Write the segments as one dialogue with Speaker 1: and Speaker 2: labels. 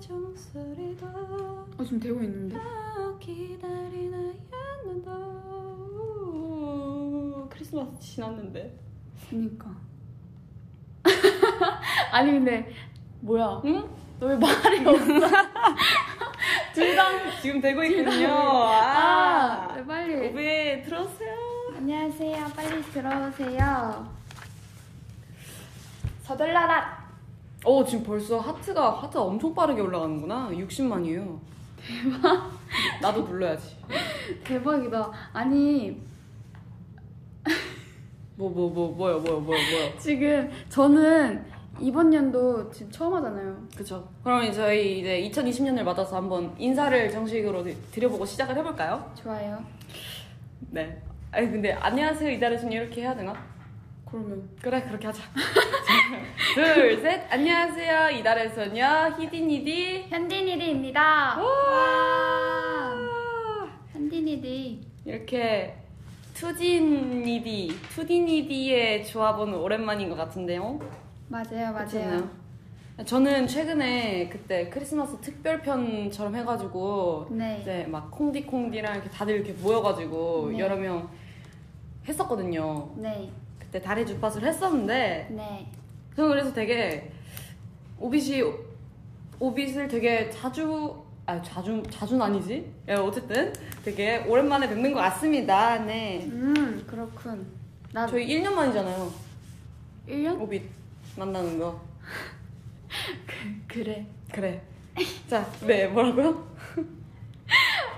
Speaker 1: 종소리도
Speaker 2: 어 지금 되고 있는데
Speaker 1: 아, 기다리나야 나도 크리스마스 지났는데
Speaker 2: 그니까 아니 근데 뭐야
Speaker 1: 응?
Speaker 2: 너 왜 말이 없어
Speaker 1: 둘다 지금 되고 있거든요
Speaker 2: 아
Speaker 1: 아
Speaker 2: 빨리
Speaker 1: 오브에 들었어요
Speaker 2: 안녕하세요 빨리 들어오세요 서둘러라
Speaker 1: 어 지금 벌써 하트가 하트가 엄청 빠르게 올라가는구나 60만이에요 대박 나도 눌러야지
Speaker 2: 대박이다 아니
Speaker 1: 뭐 뭐 뭐 뭐, 야 뭐야 뭐야 뭐야
Speaker 2: 지금 저는 이번 연도 지금 처음 하잖아요
Speaker 1: 그쵸 그럼 저희 이제 2020년을 맞아서 한번 인사를 정식으로 드- 드려보고 시작을 해볼까요?
Speaker 2: 좋아요
Speaker 1: 네. 아니 근데 안녕하세요 이다르신 이렇게 해야 되나?
Speaker 2: 그러면
Speaker 1: 그래 그렇게 하자. 둘 셋. 안녕하세요 이달의 소녀 히디니디.
Speaker 2: 현디니디입니다 와
Speaker 1: 아,
Speaker 2: 현디니디
Speaker 1: 이렇게 투디니디 투디니디의 조합은 오랜만인 것 같은데요.
Speaker 2: 맞아요 맞아요
Speaker 1: 그렇잖아요. 저는 최근에 그때 크리스마스 특별편처럼 해가지고
Speaker 2: 네
Speaker 1: 이제 막 콩디콩디랑 이렇게 다들 이렇게 모여가지고
Speaker 2: 네.
Speaker 1: 여러 명 했었거든요.
Speaker 2: 네,
Speaker 1: 그때 달의 주파수를 했었는데
Speaker 2: 네,
Speaker 1: 저는 그래서 되게 오빗이 오빗을 되게 자주 아 자주 자주는 아니지? 예, 어쨌든 되게 오랜만에 뵙는 것 같습니다. 네.
Speaker 2: 음, 그렇군. 나
Speaker 1: 저희 1년 만이잖아요.
Speaker 2: 1년?
Speaker 1: 오빗 만나는 거.
Speaker 2: 그래.
Speaker 1: 그래. 자, 네, 뭐라고요?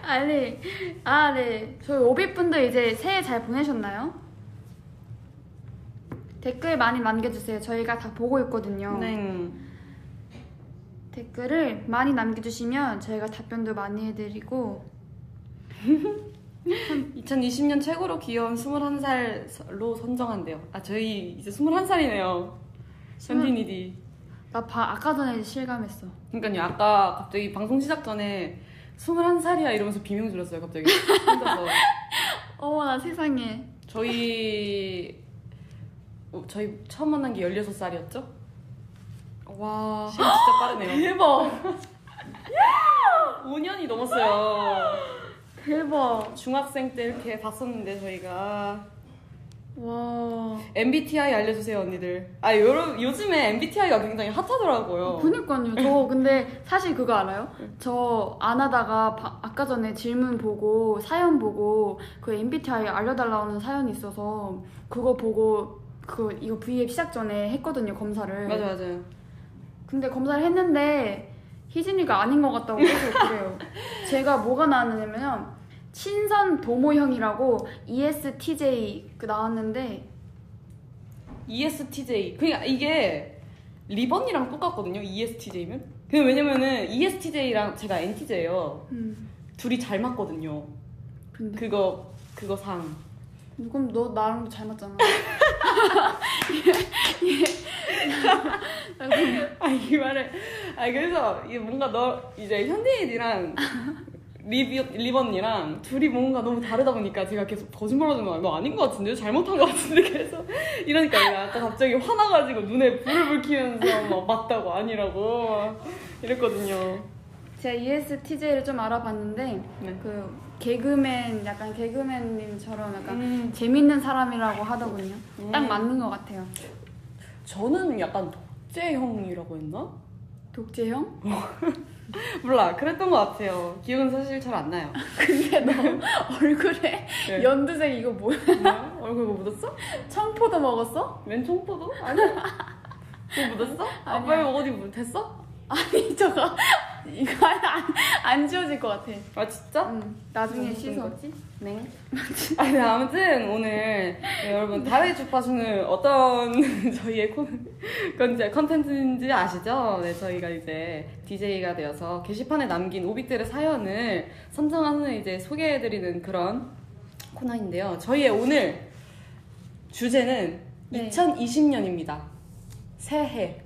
Speaker 2: 아니, 아, 네. 저희 오비분들 이제 새해 잘 보내셨나요? 댓글 많이 남겨주세요. 저희가 다 보고 있거든요.
Speaker 1: 네.
Speaker 2: 댓글을 많이 남겨주시면 저희가 답변도 많이 해드리고
Speaker 1: 2020년 최고로 귀여운 21살로 선정한대요. 아, 저희 이제 21살이네요.
Speaker 2: 스물-
Speaker 1: 현진이디.
Speaker 2: 나 봐, 아까 전에 실감했어.
Speaker 1: 그러니까요 아까 갑자기 방송 시작 전에 21살이야 이러면서 비명 질렀어요 갑자기 혼자서
Speaker 2: 어머나 세상에.
Speaker 1: 저희 어, 저희 처음 만난 게 16살이었죠?
Speaker 2: 와.
Speaker 1: 시간 진짜 빠르네요
Speaker 2: 대박.
Speaker 1: 5년이 넘었어요
Speaker 2: 대박.
Speaker 1: 중학생 때 이렇게 봤었는데 저희가
Speaker 2: 와.
Speaker 1: MBTI 알려주세요 언니들 아 여러, 요즘에 MBTI가 굉장히 핫하더라고요
Speaker 2: 그니까요. 저 근데 사실 그거 알아요? 저 안 하다가 바- 아까 전에 질문 보고 사연 보고 그 MBTI 알려달라는 사연이 있어서 그거 보고 그 이거 V앱 시작 전에 했거든요 검사를.
Speaker 1: 맞아 맞아요
Speaker 2: 근데 검사를 했는데 희진이가 아닌 것 같다고 계속 그래요. 제가 뭐가 나왔냐면 친선 도모형이라고 E ESTJ 그 나왔는데
Speaker 1: E ESTJ 그러니까 이게 리번이랑 똑같거든요 E ESTJ면 근데 왜냐면은 E ESTJ랑 제가 NTJ예요
Speaker 2: 음
Speaker 1: 둘이 잘 맞거든요.
Speaker 2: 근데
Speaker 1: 그거 그거 상.
Speaker 2: 그럼 너 나랑 잘 맞잖아.
Speaker 1: 아이 말을. 아 그래서 이게 뭔가 너 이제 현대인이랑 리비 리번이랑 둘이 뭔가 너무 다르다 보니까 제가 계속 거짓말하는 거야. 너 아닌 것 같은데 잘못한 것 같은데 계속 이러니까 내가 아까 갑자기 화나가지고 눈에 불을 불키면서 막 맞다고 아니라고 이랬거든요.
Speaker 2: 제가 ESTJ를 좀 알아봤는데
Speaker 1: 네.
Speaker 2: 그 개그맨 약간 개그맨님처럼 약간
Speaker 1: 음,
Speaker 2: 재밌는 사람이라고 하더군요.
Speaker 1: 음.
Speaker 2: 딱 맞는 것 같아요.
Speaker 1: 저는 약간 독재형이라고 했나?
Speaker 2: 독재형?
Speaker 1: 몰라 그랬던 것 같아요. 기억은 사실 잘 안 나요.
Speaker 2: 근데 너 얼굴에
Speaker 1: 네.
Speaker 2: 연두색 이거 뭐야?
Speaker 1: 뭐야? 얼굴 뭐 묻었어?
Speaker 2: 청포도 먹었어?
Speaker 1: 왼총포도 아니야. 뭐 묻었어? 아,
Speaker 2: 아니야.
Speaker 1: 빨리 어디 묻- 됐어?
Speaker 2: 아니 저거 이거 안, 안 지워질 것 같아.
Speaker 1: 아, 진짜?
Speaker 2: 응, 나중에
Speaker 1: 무슨
Speaker 2: 음, 씻어.
Speaker 1: 거지? 네. 아니, 아무튼 오늘 여러분 다의 주파수는 어떤 저희의 콘, 건지, 컨텐츠인지 아시죠? 네, 저희가 이제 DJ가 되어서 게시판에 남긴 오빛들의 사연을 선정한 후에 이제 소개해드리는 그런 코너인데요. 저희의 오늘 주제는
Speaker 2: 네.
Speaker 1: 2020년입니다. 새해.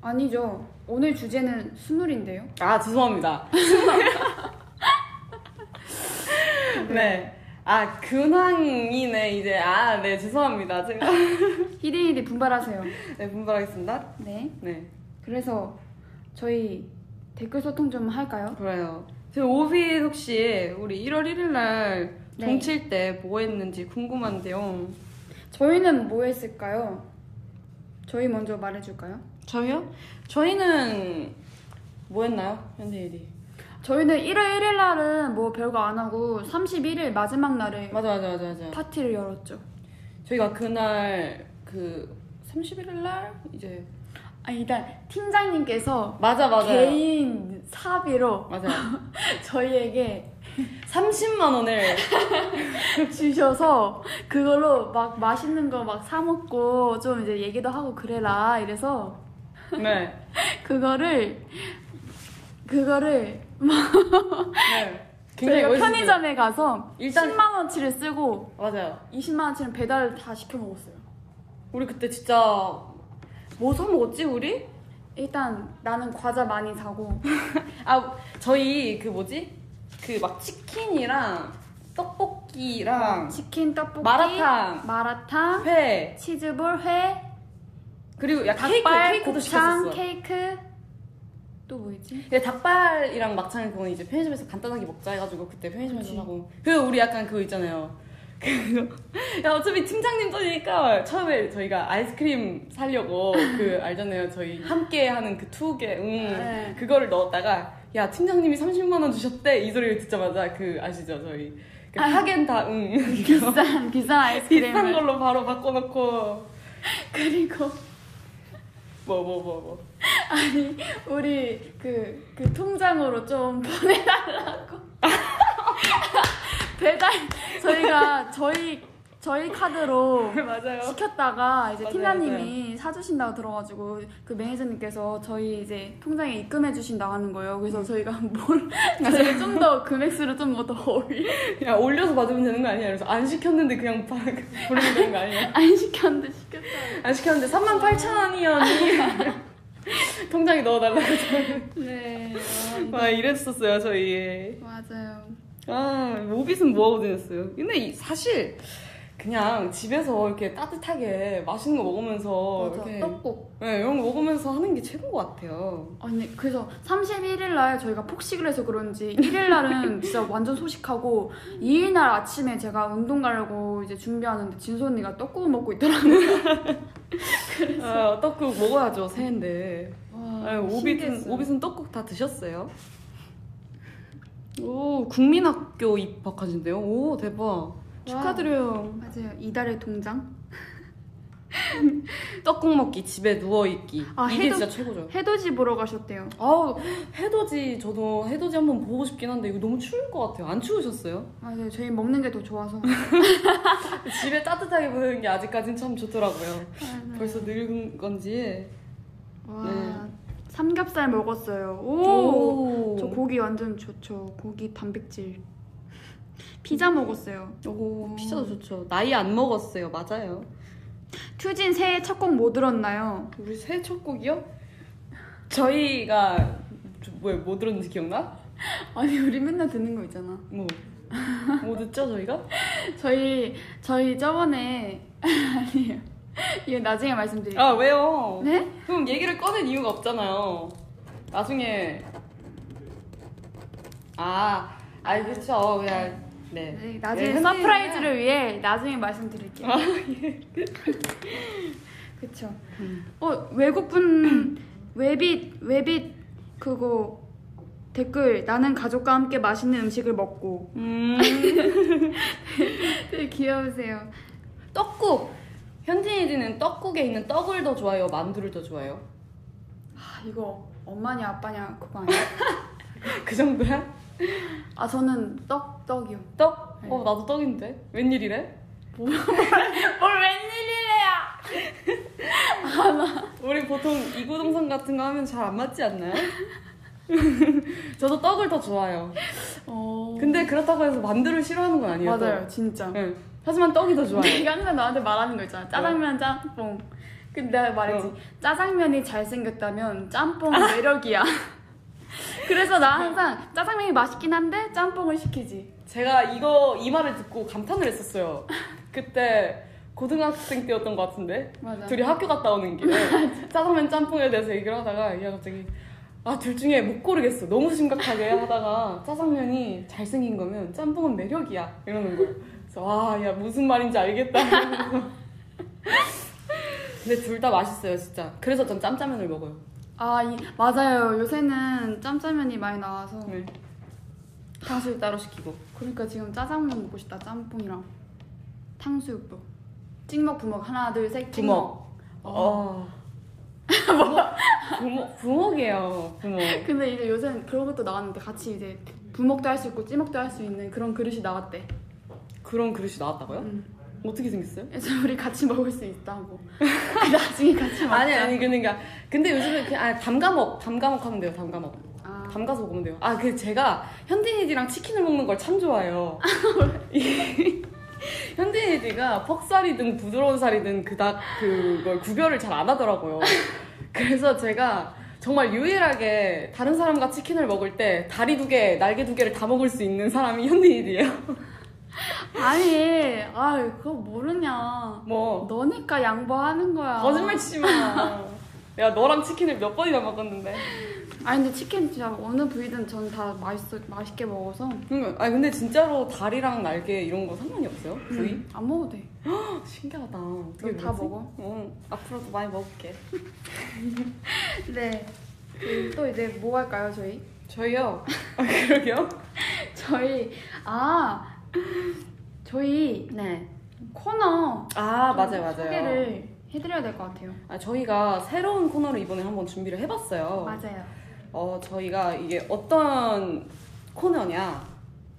Speaker 2: 아니죠. 오늘 주제는 순울인데요.
Speaker 1: 아 죄송합니다. 네. 아 근황이네 이제 아 네 죄송합니다 제가
Speaker 2: 히디히디 분발하세요.
Speaker 1: 네 분발하겠습니다.
Speaker 2: 네.
Speaker 1: 네.
Speaker 2: 그래서 저희 댓글 소통 좀 할까요?
Speaker 1: 그래요. 저 오비 혹시 우리 1월 1일 날
Speaker 2: 네.
Speaker 1: 동칠 때 뭐 했는지 궁금한데요.
Speaker 2: 저희는 뭐 했을까요? 저희 먼저 말해줄까요?
Speaker 1: 저희요? 저희는 뭐 했나요? 현대일이.
Speaker 2: 저희는 1월 1일 날은 뭐 별거 안 하고 31일 마지막 날에
Speaker 1: 맞아 맞아 맞아 맞아.
Speaker 2: 파티를 열었죠.
Speaker 1: 저희가 그날 그 31일 날 이제
Speaker 2: 아 일단 팀장님께서
Speaker 1: 맞아 맞아.
Speaker 2: 개인 사비로
Speaker 1: 맞아요.
Speaker 2: 저희에게
Speaker 1: 30만 원을
Speaker 2: 주셔서 그걸로 막 맛있는 거 막 사 먹고 좀 이제 얘기도 하고 그래라 이래서
Speaker 1: 네.
Speaker 2: 그거를 그거를
Speaker 1: 네. 굉장히
Speaker 2: 저희가
Speaker 1: 멋있어요.
Speaker 2: 편의점에 가서
Speaker 1: 일단-
Speaker 2: 10만 원치를 쓰고
Speaker 1: 맞아요.
Speaker 2: 20만 원치는 배달 다 시켜 먹었어요.
Speaker 1: 우리 그때 진짜 뭐 사 먹었지 우리?
Speaker 2: 일단 나는 과자 많이 사고
Speaker 1: 아 저희 그 뭐지 그 막 치킨이랑 떡볶이랑
Speaker 2: 치킨 떡볶이
Speaker 1: 마라탕
Speaker 2: 마라탕
Speaker 1: 회
Speaker 2: 치즈볼 회
Speaker 1: 그리고 야
Speaker 2: 닭발
Speaker 1: 아, 케이크 케이크도
Speaker 2: 곱창
Speaker 1: 시켰었어.
Speaker 2: 케이크 또 뭐 있지?
Speaker 1: 근데 닭발이랑 막창은 그건 이제 편의점에서 간단하게 먹자 해가지고 그때 편의점에서
Speaker 2: 그치.
Speaker 1: 사고 그 우리 약간 그거 있잖아요. 그거 야 어차피 팀장님 떠니까 처음에 저희가 아이스크림 사려고 그 알잖아요 저희 함께 하는 그 투게 응
Speaker 2: 네.
Speaker 1: 그거를 넣었다가 야 팀장님이 30만 원 주셨대 이 소리를 듣자마자 그 아시죠 저희 그
Speaker 2: 아.
Speaker 1: 하겐 다응
Speaker 2: 비싼 비싼 아이스크림을
Speaker 1: 비싼 걸로 바로 바꿔놓고
Speaker 2: 그리고
Speaker 1: 뭐 뭐 뭐 뭐
Speaker 2: 아니 우리 그, 그 통장으로 좀 보내달라고 배달 저희가 저희 저희 카드로
Speaker 1: 네, 맞아요
Speaker 2: 시켰다가 이제
Speaker 1: 맞아요, 네.
Speaker 2: 팀장님이 사주신다고 들어가지고 그 매니저님께서 저희 이제 통장에 입금해 주신다고 하는 거예요.
Speaker 1: 음.
Speaker 2: 그래서 저희가 뭘 저희 좀 더 금액수를 좀 더 올리
Speaker 1: 야 올려서 받으면 되는 거 아니야 그래서 안 시켰는데 그냥 바- 부르면 되는 거 아니야
Speaker 2: 안 시켰는데 시켰다.
Speaker 1: 안 시켰는데 3만 8천 원이었니 통장에 넣어달라고
Speaker 2: 네
Speaker 1: 와 이랬었어요 저희
Speaker 2: 맞아요.
Speaker 1: 아 모빗은 뭐하고 다녔어요 근데 이- 사실 그냥 집에서 이렇게 따뜻하게 맛있는 거 먹으면서
Speaker 2: 맞아
Speaker 1: 어, 이렇게
Speaker 2: 떡국
Speaker 1: 네, 이런 거 먹으면서 하는 게 최고인 것 같아요
Speaker 2: 아니 그래서 31일 날 저희가 폭식을 해서 그런지 1일 날은 진짜 완전 소식하고 2일 날 아침에 제가 운동 가려고 이제 준비하는데 진수 언니가 떡국을 먹고 있더라고요.
Speaker 1: 아, 떡국 먹어야죠 새해인데 아유, 오빛은,
Speaker 2: 신기했어요.
Speaker 1: 오빛은 떡국 다 드셨어요? 오, 국민학교 입학하신대요? 오, 대박. 축하드려요.
Speaker 2: 맞아요. 이달의 통장.
Speaker 1: 떡국 먹기, 집에 누워있기.
Speaker 2: 아,
Speaker 1: 이게
Speaker 2: 해도-
Speaker 1: 진짜 최고죠.
Speaker 2: 해돋이 보러 가셨대요.
Speaker 1: 아우, 해돋이, 저도 해돋이 한번 보고 싶긴 한데, 이거 너무 추울 것 같아요. 안 추우셨어요?
Speaker 2: 맞아요. 네, 저희 먹는 게 더 좋아서.
Speaker 1: 집에 따뜻하게 보는 게 아직까진 참 좋더라고요. 벌써 늙은 건지.
Speaker 2: 와
Speaker 1: 네.
Speaker 2: 삼겹살 먹었어요. 오.
Speaker 1: 오,
Speaker 2: 저 고기 완전 좋죠. 고기 단백질. 피자 먹었어요.
Speaker 1: 오, 피자도 좋죠. 나이 안 먹었어요. 맞아요.
Speaker 2: 튜진 새해 첫 곡 뭐 들었나요?
Speaker 1: 우리 새해 첫 곡이요? 저희가 뭐뭐 뭐 들었는지 기억나?
Speaker 2: 아니 우리 맨날 듣는 거 있잖아.
Speaker 1: 뭐, 뭐 듣죠 저희가?
Speaker 2: 저희 저희 저번에 아니에요. 이거 나중에 말씀드릴게요.
Speaker 1: 아 왜요?
Speaker 2: 네?
Speaker 1: 그럼 얘기를 꺼낸 이유가 없잖아요 나중에 아, 아 그쵸 그냥 네
Speaker 2: 네, 나중에
Speaker 1: 네,
Speaker 2: 서프라이즈를 위해 나중에 말씀드릴게요.
Speaker 1: 아,
Speaker 2: 예. 그쵸.
Speaker 1: 음.
Speaker 2: 어 외국분 외빛 외빛 그거 댓글 나는 가족과 함께 맛있는 음식을 먹고
Speaker 1: 음
Speaker 2: 되게 귀여우세요.
Speaker 1: 떡국 현진이는 떡국에 있는 떡을 더 좋아해요 만두를 더 좋아해요?
Speaker 2: 아 이거 엄마냐 아빠냐 그거 아니야?
Speaker 1: 그 정도야?
Speaker 2: 아 저는 떡 떡이요.
Speaker 1: 떡?
Speaker 2: 네.
Speaker 1: 어 나도 떡인데 웬일이래?
Speaker 2: 뭘 웬일이래요?
Speaker 1: 우리 보통 이구동성 같은 거 하면 잘 안 맞지 않나요? 저도 떡을 더 좋아해요.
Speaker 2: 어
Speaker 1: 근데 그렇다고 해서 만두를 싫어하는 건 아니에요.
Speaker 2: 맞아요 진짜.
Speaker 1: 네. 하지만 떡이 더 좋아요.
Speaker 2: 내가 항상 너한테 말하는 거 있잖아. 짜장면, 짬뽕. 근데 내가 말했지.
Speaker 1: 어.
Speaker 2: 짜장면이 잘생겼다면 짬뽕은 매력이야. 그래서 나 항상 짜장면이 맛있긴 한데 짬뽕을 시키지.
Speaker 1: 제가 이거 이 말을 듣고 감탄을 했었어요. 그때 고등학생 때였던 것 같은데
Speaker 2: 맞아.
Speaker 1: 둘이 학교 갔다 오는 길에 짜장면 짬뽕에 대해서 얘기를 하다가 얘가 갑자기 아 둘 중에 못 고르겠어. 너무 심각하게 하다가 짜장면이 잘생긴 거면 짬뽕은 매력이야 이러는 거예요. 그래서 아야 무슨 말인지 알겠다. 이러면서. 근데 둘 다 맛있어요 진짜. 그래서 전 짬짜면을 먹어요.
Speaker 2: 아, 이, 맞아요. 요새는 짬짜면이 많이 나와서.
Speaker 1: 네. 탕수육 따로 시키고.
Speaker 2: 그러니까 지금 짜장면 먹고 싶다. 짬뽕이랑 탕수육도. 찍먹 부먹 하나 둘 셋. 찍먹.
Speaker 1: 어. 뭐? 부먹 부먹이에요 부먹.
Speaker 2: 근데 이제 요새는 그런 것도 나왔는데 같이 이제 부먹도 할 수 있고 찌먹도 할 수 있는 그런 그릇이 나왔대. 음.
Speaker 1: 그런 그릇이 나왔다고요?
Speaker 2: 응.
Speaker 1: 어떻게 생겼어요?
Speaker 2: 그래서 우리 같이 먹을 수 있다고. 나중에 같이 먹자.
Speaker 1: 아니 아니 그러니까 근데 요즘에 그냥 아, 담가먹 담가먹 하면 돼요 담가먹
Speaker 2: 아,
Speaker 1: 담가서 먹으면 돼요 아 그 제가 현진이지랑 치킨을 먹는 걸 참 좋아해요 이- 현진이지가 퍽살이든 부드러운 살이든 그닥 그걸 구별을 잘 안 하더라고요 그래서 제가 정말 유일하게 다른 사람과 치킨을 먹을 때 다리 두 개, 날개 두 개를 다 먹을 수 있는 사람이 현진이에요.
Speaker 2: 아니, 아 그거 모르냐.
Speaker 1: 뭐
Speaker 2: 너니까 양보하는 거야.
Speaker 1: 거짓말 치지 마. 내가 너랑 치킨을 몇 번이나 먹었는데.
Speaker 2: 아니 근데 치킨 진짜 어느 부위든 전 다 맛있어 맛있게 먹어서
Speaker 1: 그러니까, 아니 근데 진짜로 다리랑 날개 이런 거 상관이 없어요? 부위?
Speaker 2: 음, 안 먹어도 돼.
Speaker 1: 신기하다.
Speaker 2: 그럼 다 먹어.
Speaker 1: 응. 앞으로도 많이 먹을게.
Speaker 2: 네. 또 이제 뭐 할까요 저희?
Speaker 1: 저희요. 아, 그러게요.
Speaker 2: 저희 아 저희
Speaker 1: 네.
Speaker 2: 코너
Speaker 1: 아
Speaker 2: 좀
Speaker 1: 맞아요 맞아요.
Speaker 2: 소개를 해드려야 될 것 같아요.
Speaker 1: 아, 저희가 새로운 코너를 이번에 한번 준비를 해봤어요.
Speaker 2: 맞아요.
Speaker 1: 어 저희가 이게 어떤 코너냐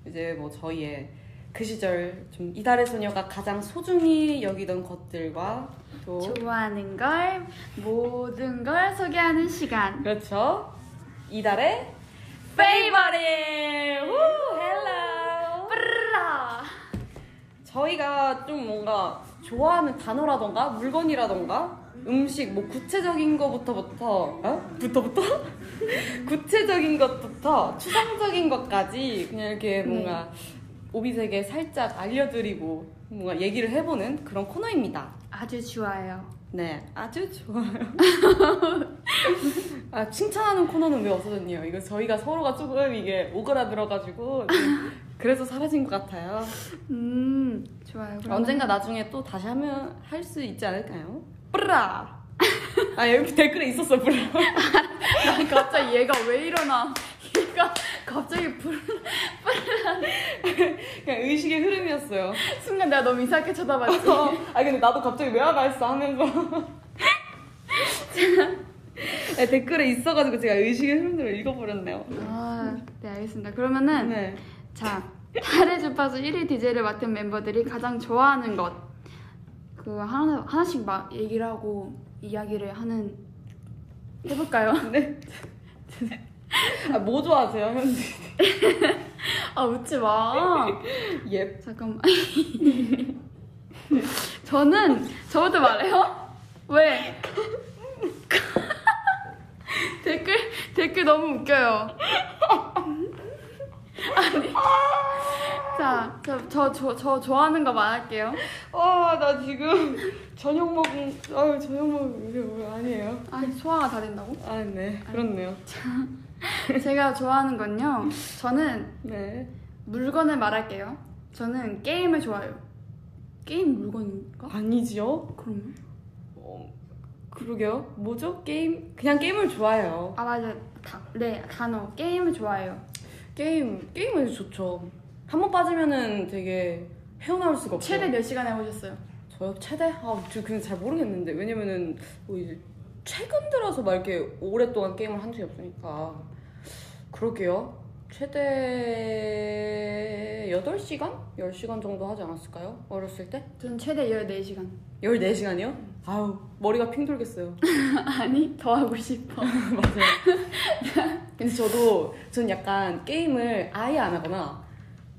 Speaker 1: 이제 뭐 저희의 그 시절 좀 이달의 소녀가 가장 소중히 여기던 것들과 또
Speaker 2: 좋아하는 걸 모든 걸 소개하는 시간.
Speaker 1: 그렇죠 이달의 페이버릿 우 헬로
Speaker 2: 뿌라.
Speaker 1: 저희가 좀 뭔가 좋아하는 단어라던가 물건이라던가 음식 뭐 구체적인 거부터부터 어? 부터부터 구체적인 것부터 추상적인 것까지 그냥 이렇게 뭔가 오비색에 살짝 알려드리고 뭔가 얘기를 해보는 그런 코너입니다.
Speaker 2: 아주 좋아요.
Speaker 1: 네, 아주 좋아요. 아 칭찬하는 코너는 왜 없어졌니요? 이거 저희가 서로가 조금 이게 오그라들어가지고 좀 그래서 사라진 것 같아요.
Speaker 2: 음 좋아요. 그러면-
Speaker 1: 언젠가 나중에 또 다시 하면 할 수 있지 않을까요? 뿌라! 아 여기 댓글에 있었어 뿌라.
Speaker 2: 아니, 갑자기 얘가 왜 이러나? 얘가 갑자기 불
Speaker 1: 그냥 의식의 흐름이었어요.
Speaker 2: 순간 내가 너무 이상하게 쳐다봤지.
Speaker 1: 어, 아 근데 나도 갑자기 왜 하나 했어 하면서. 네, 댓글에 있어가지고 제가 의식의 흐름대로 읽어버렸네요.
Speaker 2: 아, 네 알겠습니다. 그러면은
Speaker 1: 네.
Speaker 2: 자 달의 주파수 1위 DJ를 맡은 멤버들이 가장 좋아하는 것 그 하나 하나씩 막 얘기를 하고 이야기를 하는 해볼까요?
Speaker 1: 네. 아, 뭐 좋아하세요 현지?
Speaker 2: 아 웃지 마.
Speaker 1: 예.
Speaker 2: 잠깐만. 저는 저부터 말해요? 왜? 댓글 댓글 너무 웃겨요. 아니. 자, 저저저 저, 저 좋아하는 거 말할게요.
Speaker 1: 아, 와나 지금 저녁 먹은 아유 저녁 먹은 게 뭐, 아니에요.
Speaker 2: 아, 소화가 다 된다고?
Speaker 1: 아 네 그렇네요.
Speaker 2: 제가 좋아하는 건요. 저는
Speaker 1: 네.
Speaker 2: 물건을 말할게요. 저는 게임을 좋아해요. 게임 물건인가?
Speaker 1: 아니지요?
Speaker 2: 그럼?
Speaker 1: 어, 그러게요. 뭐죠? 게임? 그냥 게임을 좋아해요.
Speaker 2: 아 맞아. 다, 네, 단어 게임을 좋아해요.
Speaker 1: 게임, 게임은 좋죠. 한 번 빠지면은 되게 헤어나올 수가 없어요.
Speaker 2: 최대 몇 시간 해보셨어요?
Speaker 1: 저요? 최대? 아, 저 근데 잘 모르겠는데. 왜냐면은 뭐 이제 최근 들어서 막 이렇게 오랫동안 게임을 한 적이 없으니까. 그러게요. 최대 8시간? 10시간 정도 하지 않았을까요? 어렸을 때?
Speaker 2: 전 최대 14시간.
Speaker 1: 14시간이요? 아유, 머리가 핑 돌겠어요.
Speaker 2: 아니, 더 하고 싶어.
Speaker 1: 맞아요. 근데 저도 전 약간 게임을 아예 안 하거나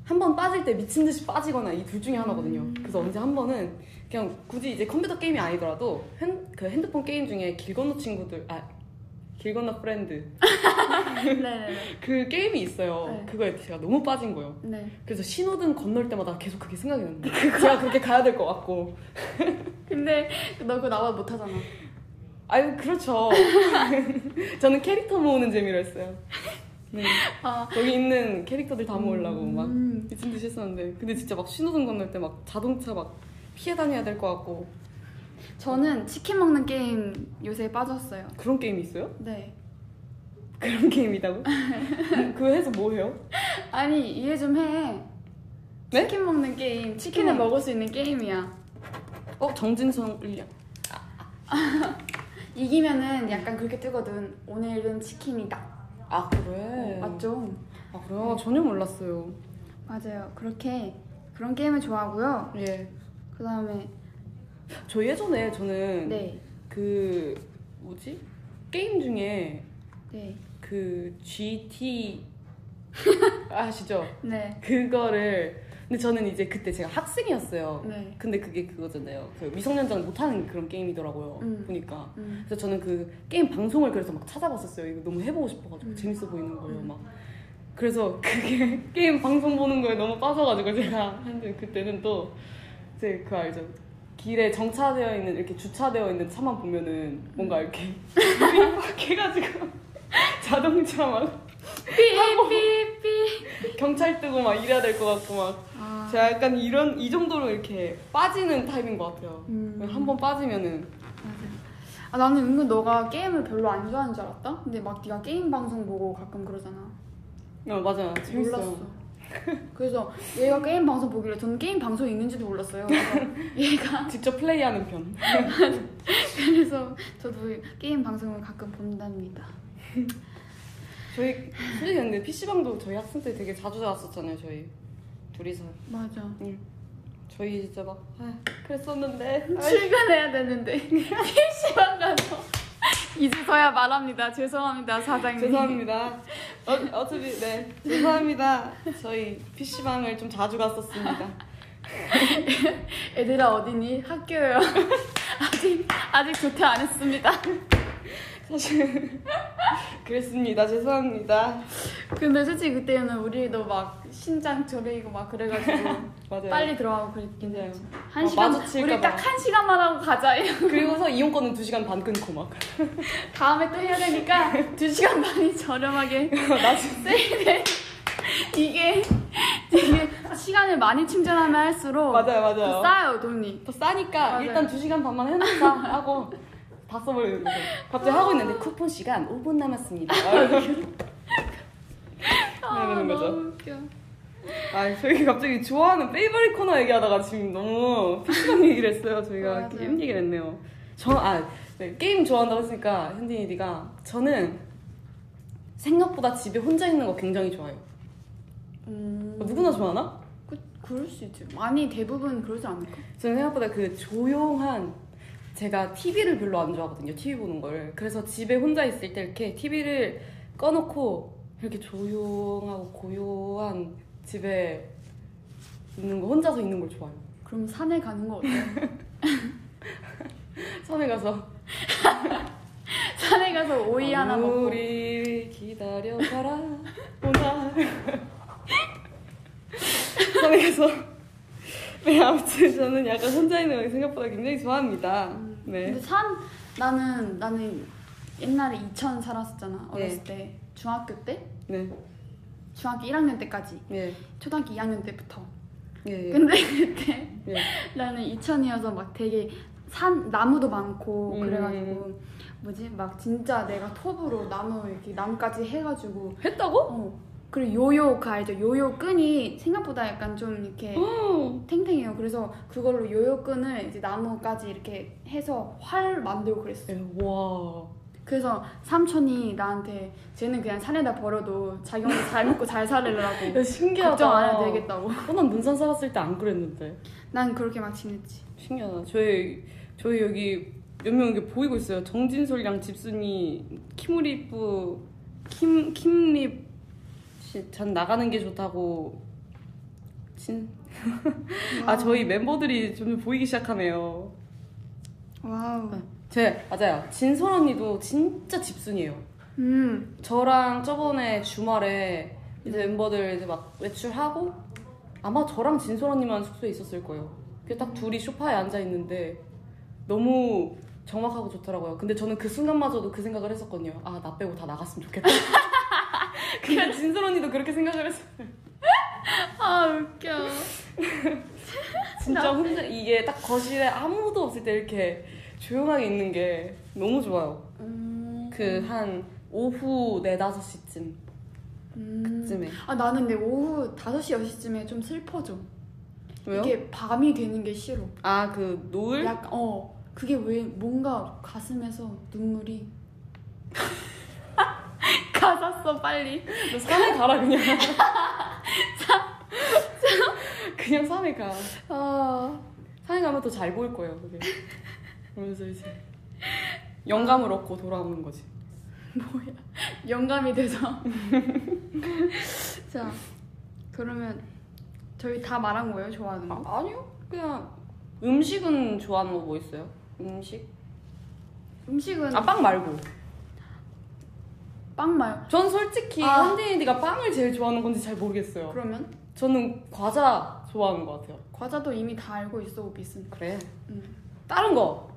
Speaker 1: 한 번 빠질 때 미친 듯이 빠지거나 이 둘 중에 하나거든요. 그래서 언제 한 번은 그냥 굳이 이제 컴퓨터 게임이 아니더라도 핸, 그 핸드폰 게임 중에 길 건너 친구들 아길 건너 프렌드
Speaker 2: 네네네.
Speaker 1: 그 게임이 있어요.
Speaker 2: 네.
Speaker 1: 그거에 제가 너무 빠진 거예요.
Speaker 2: 네.
Speaker 1: 그래서 신호등 건널 때마다 계속 그게 생각이 나는데 제가 그렇게 가야 될 것 같고
Speaker 2: 근데 너 그거 나보다 못하잖아.
Speaker 1: 아유 그렇죠. 저는 캐릭터 모으는 재미로 했어요. 네.
Speaker 2: 아.
Speaker 1: 거기 있는 캐릭터들 다 모으려고 막
Speaker 2: 음.
Speaker 1: 미친 듯이 했었는데 근데 진짜 막 신호등 건널 때 막 자동차 막 피해 다녀야 될 것 같고
Speaker 2: 저는 치킨 먹는 게임 요새 빠졌어요.
Speaker 1: 그런 게임이 있어요?
Speaker 2: 네.
Speaker 1: 그런 게임이다고? 그거 해서 뭐 해요?
Speaker 2: 아니 이해 좀 해.
Speaker 1: 네?
Speaker 2: 치킨 먹는 게임. 치킨을
Speaker 1: 치킨.
Speaker 2: 먹을 수 있는 게임이야.
Speaker 1: 어 정진성 일량
Speaker 2: 이기면은 약간 그렇게 뜨거든. 오늘은 치킨이다. 어,
Speaker 1: 아 그래
Speaker 2: 맞죠?
Speaker 1: 아 그래요? 전혀 몰랐어요
Speaker 2: 네. 맞아요. 그렇게 그런 게임을 좋아하고요.
Speaker 1: 예
Speaker 2: 그 다음에
Speaker 1: 저 예전에 저는
Speaker 2: 네,
Speaker 1: 그 뭐지 게임 중에
Speaker 2: 네,
Speaker 1: 그 GT 아시죠?
Speaker 2: 네,
Speaker 1: 그거를 근데 저는 이제 그때 제가 학생이었어요.
Speaker 2: 네.
Speaker 1: 근데 그게 그거잖아요. 그 미성년자는 못하는 그런 게임이더라고요.
Speaker 2: 음.
Speaker 1: 보니까
Speaker 2: 음.
Speaker 1: 그래서 저는 그 게임 방송을 그래서 막 찾아봤었어요. 이거 너무 해보고 싶어가지고
Speaker 2: 음.
Speaker 1: 재밌어 보이는 거예요. 막 그래서 그게 게임 방송 보는 거에 너무 빠져가지고 제가 한데 그때는 또 이제 그 알죠. 길에 정차되어 있는 이렇게 주차되어 있는 차만 보면은
Speaker 2: 음.
Speaker 1: 뭔가 이렇게 눈이 확 해가지고 자동차 막
Speaker 2: 삐삐삐.
Speaker 1: 경찰 뜨고 막 이래야 될 것 같고 막
Speaker 2: 아,
Speaker 1: 제가 약간 이런 이 정도로 이렇게 빠지는 타입인 것 같아요.
Speaker 2: 음.
Speaker 1: 한 번 빠지면은
Speaker 2: 맞아요. 아 나는 은근 너가 게임을 별로 안 좋아하는 줄 알았다. 근데 막 네가 게임 방송 보고 가끔 그러잖아.
Speaker 1: 어, 맞아요 재밌어요.
Speaker 2: 몰랐어. 그래서 얘가 게임 방송 보길래 저는 게임 방송이 있는지도 몰랐어요. 그래서 얘가
Speaker 1: 직접 플레이하는 편.
Speaker 2: 그래서 저도 게임 방송을 가끔 본답니다.
Speaker 1: 저희 솔직히 근데 PC방도 저희 학생 때 되게 자주 나왔었잖아요 저희 둘이서
Speaker 2: 맞아.
Speaker 1: 저희 진짜 막 아, 그랬었는데 아이,
Speaker 2: 출근해야 되는데 PC방 가서 이제서야 말합니다. 죄송합니다, 사장님.
Speaker 1: 죄송합니다 어, 어차피 네 죄송합니다 저희 PC방을 좀 자주 갔었습니다
Speaker 2: 애들아 어디니? 학교요. 아직 아직 조퇴 안 했습니다.
Speaker 1: 사실 그랬습니다 죄송합니다
Speaker 2: 근데 솔직히 그때는 우리도 막 신장 저리고 막 그래가지고
Speaker 1: 맞아요
Speaker 2: 빨리 들어가고 그랬긴
Speaker 1: 네. 맞아요.
Speaker 2: 해요. 한
Speaker 1: 어,
Speaker 2: 시간
Speaker 1: 마주칠까
Speaker 2: 우리
Speaker 1: 봐.
Speaker 2: 딱 한 시간만 하고 가자. 이러고
Speaker 1: 그리고서 이용권은 2시간 반 끊고 막
Speaker 2: 다음에 또 해야 되니까 두 시간 반이 저렴하게
Speaker 1: 나중에
Speaker 2: 세일해. 이게 이게 시간을 많이 충전하면 할수록
Speaker 1: 맞아요
Speaker 2: 더
Speaker 1: 맞아요
Speaker 2: 싸요 돈이.
Speaker 1: 더 싸니까
Speaker 2: 맞아요.
Speaker 1: 일단 2시간 반만 해놓자 하고 다 써버려요 근데. 갑자기 하고 있는데 쿠폰 시간 5분 남았습니다
Speaker 2: 아,
Speaker 1: 그러는 거죠.
Speaker 2: 너무 웃겨.
Speaker 1: 아 저희 갑자기 좋아하는 페이버릿 코너 얘기하다가 지금 너무 PC방 얘기를 했어요 저희가
Speaker 2: 맞아요.
Speaker 1: 게임 얘기를 했네요 저아 네, 게임 좋아한다고 했으니까 현진이 니가 저는 생각보다 집에 혼자 있는 거 굉장히 좋아해요
Speaker 2: 음,
Speaker 1: 어, 누구나 좋아하나?
Speaker 2: 그, 그럴 수 있지. 많이 대부분 그러지 않을까?
Speaker 1: 저는 생각보다 그 조용한 제가 TV를 별로 안 좋아하거든요 TV 보는 걸 그래서 집에 혼자 있을 때 이렇게 TV를 꺼놓고 이렇게 조용하고 고요한 집에 있는 거 혼자서 있는 걸 좋아해요
Speaker 2: 그럼 산에 가는 거 어때?
Speaker 1: 산에 가서
Speaker 2: 산에 가서 오이 하나 먹고.
Speaker 1: 아, 우리 기다려봐라 오나 산에 가서 네 아무튼 저는 약간 혼자 있는 걸 생각보다 굉장히 좋아합니다
Speaker 2: 음,
Speaker 1: 네
Speaker 2: 근데 산 나는 나는 옛날에 이천 살았었잖아 어렸을 때 중학교 때
Speaker 1: 네
Speaker 2: 중학교 1학년 때까지
Speaker 1: 예
Speaker 2: 초등학교 2학년 때부터.
Speaker 1: 예, 예.
Speaker 2: 근데 그때
Speaker 1: 예.
Speaker 2: 나는 이천이어서 막 되게 산 나무도 많고
Speaker 1: 음.
Speaker 2: 그래가지고 뭐지 막 진짜 내가 톱으로 나무 이렇게 나무까지 해가지고
Speaker 1: 했다고?
Speaker 2: 어. 그리고 요요 그 알죠? 요요 끈이 생각보다 약간 좀 이렇게
Speaker 1: 어.
Speaker 2: 탱탱해요. 그래서 그걸로 요요 끈을 이제 나무까지 이렇게 해서 활 만들고 그랬어요.
Speaker 1: 예, 와
Speaker 2: 그래서 삼촌이 나한테 쟤는 그냥 산에다 버려도 자기 혼자 잘 먹고 잘 살으려고
Speaker 1: 야, 신기하다
Speaker 2: 걱정 안 해도 되겠다고.
Speaker 1: 어, 난 문산 살았을 때 안 그랬는데
Speaker 2: 난 그렇게 막 지냈지.
Speaker 1: 신기하다 저희 저희 여기 몇 명 이렇게 보이고 있어요 정진솔이랑 집순이 키무리프 킴 킴립 씨, 전 나가는 게 좋다고 진... 아 저희 멤버들이 점점 보이기 시작하네요
Speaker 2: 와우.
Speaker 1: 제 맞아요 진솔 언니도 진짜 집순이에요
Speaker 2: 음.
Speaker 1: 저랑 저번에 주말에 이제 멤버들 이제 막 외출하고 아마 저랑 진솔 언니만 숙소에 있었을 거예요. 그딱 둘이 소파에 앉아 있는데 너무 정확하고 좋더라고요. 근데 저는 그 순간마저도 그 생각을 했었거든요. 아, 나 빼고 다 나갔으면 좋겠다. 근데 진솔 언니도 그렇게 생각을 했어.
Speaker 2: 아 웃겨.
Speaker 1: 진짜 혼자 이게 딱 거실에 아무도 없을 때 이렇게 조용하게 있는 게 너무 좋아요.
Speaker 2: 음,
Speaker 1: 그 한 오후 4, 5시쯤쯤에.
Speaker 2: 음. 아 나는 근데 오후 5시 6시쯤에 좀 슬퍼져.
Speaker 1: 왜요?
Speaker 2: 이게 밤이 되는 게 싫어.
Speaker 1: 아, 그 노을?
Speaker 2: 약간 어 그게 왜 뭔가 가슴에서 눈물이 가사 써 빨리
Speaker 1: 너 산에 가라, 그냥. 그냥 산에 가.
Speaker 2: 아
Speaker 1: 산에 가면 더 잘 보일 거예요, 그게. 그러면서 이제 영감을 얻고 돌아오는 거지.
Speaker 2: 영감이 돼서 자 그러면 저희 다 말한 거예요 좋아하는 거?
Speaker 1: 아, 아니요. 그냥 음식은 좋아하는 거 뭐 있어요? 음식?
Speaker 2: 음식은
Speaker 1: 아, 빵 말고.
Speaker 2: 빵 말고
Speaker 1: 전 솔직히
Speaker 2: 아.
Speaker 1: 현대인이가 빵을 제일 좋아하는 건지 잘 모르겠어요.
Speaker 2: 그러면
Speaker 1: 저는 과자 좋아하는 것 같아요.
Speaker 2: 과자도 이미 다 알고 있어 오빛은
Speaker 1: 그래.
Speaker 2: 음.
Speaker 1: 다른 거.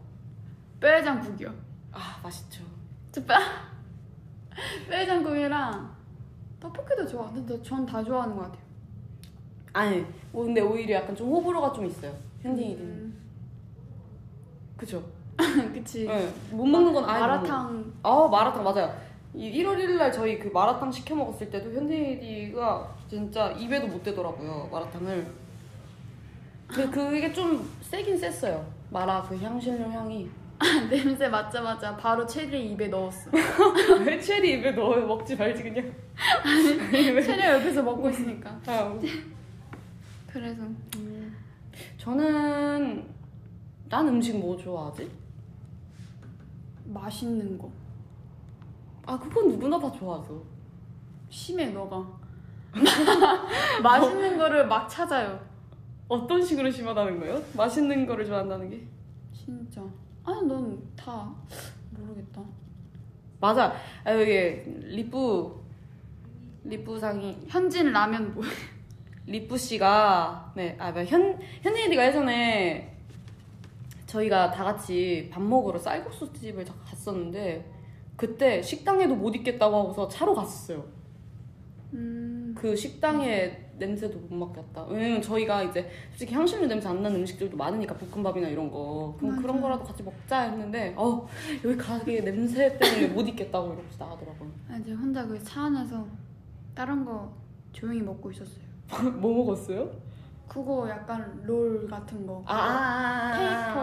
Speaker 2: 뼈해장국이요
Speaker 1: 아, 맛있죠.
Speaker 2: 뼈해장국이랑 떡볶이도 좋아 근데 전 다 좋아하는 것 같아요
Speaker 1: 아니, 뭐 근데 오히려 약간 좀 호불호가 좀 있어요. 현대인이든.
Speaker 2: 음.
Speaker 1: 그죠?
Speaker 2: 그치
Speaker 1: 네. 못 먹는 건 아예 못 먹어요.
Speaker 2: 마라탕
Speaker 1: 아 마라탕 맞아요. 이 1월 1일 날 저희 그 마라탕 시켜 먹었을 때도 현대이가 진짜 입에도 못 대더라고요 마라탕을. 근데 그게 좀 세긴 셌어요. 마라 그 향신료 향이.
Speaker 2: 냄새 맡자마자 바로 체리 입에 넣었어
Speaker 1: 왜 체리 입에 넣어 먹지 말지 그냥.
Speaker 2: 체리 옆에서 먹고 있으니까.
Speaker 1: 아유.
Speaker 2: 그래서
Speaker 1: 저는 난 음식 뭐 좋아하지?
Speaker 2: 맛있는 거.
Speaker 1: 아 그건 누구나 다 좋아하죠.
Speaker 2: 심해 너가. 맛있는 거를 막 찾아요.
Speaker 1: 어떤 식으로 심하다는 거예요? 맛있는 거를 좋아한다는 게?
Speaker 2: 진짜. 아니 넌 다 모르겠다.
Speaker 1: 맞아. 아 여기 리뿌 리뿌상이
Speaker 2: 현진 라면 뭐?
Speaker 1: 리프 씨가 네아현 현진이가 예전에 저희가 다 같이 밥 먹으러 쌀국수 집을 자- 갔었는데 그때 식당에도 못 있겠다고 하고서 차로 갔었어요.
Speaker 2: 음.
Speaker 1: 그 식당의 냄새도 못 맡겼다. 왜냐면 저희가 이제 솔직히 향신료 냄새 안 나는 음식들도 많으니까 볶음밥이나 이런 거 그럼
Speaker 2: 맞아요.
Speaker 1: 그런 거라도 같이 먹자 했는데 어 여기 가게 냄새 때문에 못 있겠다고 이러면서 나가더라고요.
Speaker 2: 이제 혼자 그 차 안에서 다른 거 조용히 먹고 있었어요.
Speaker 1: 뭐 먹었어요?
Speaker 2: 그거 약간 롤 같은 거.
Speaker 1: 아, 아, 아, 아,
Speaker 2: 테이퍼.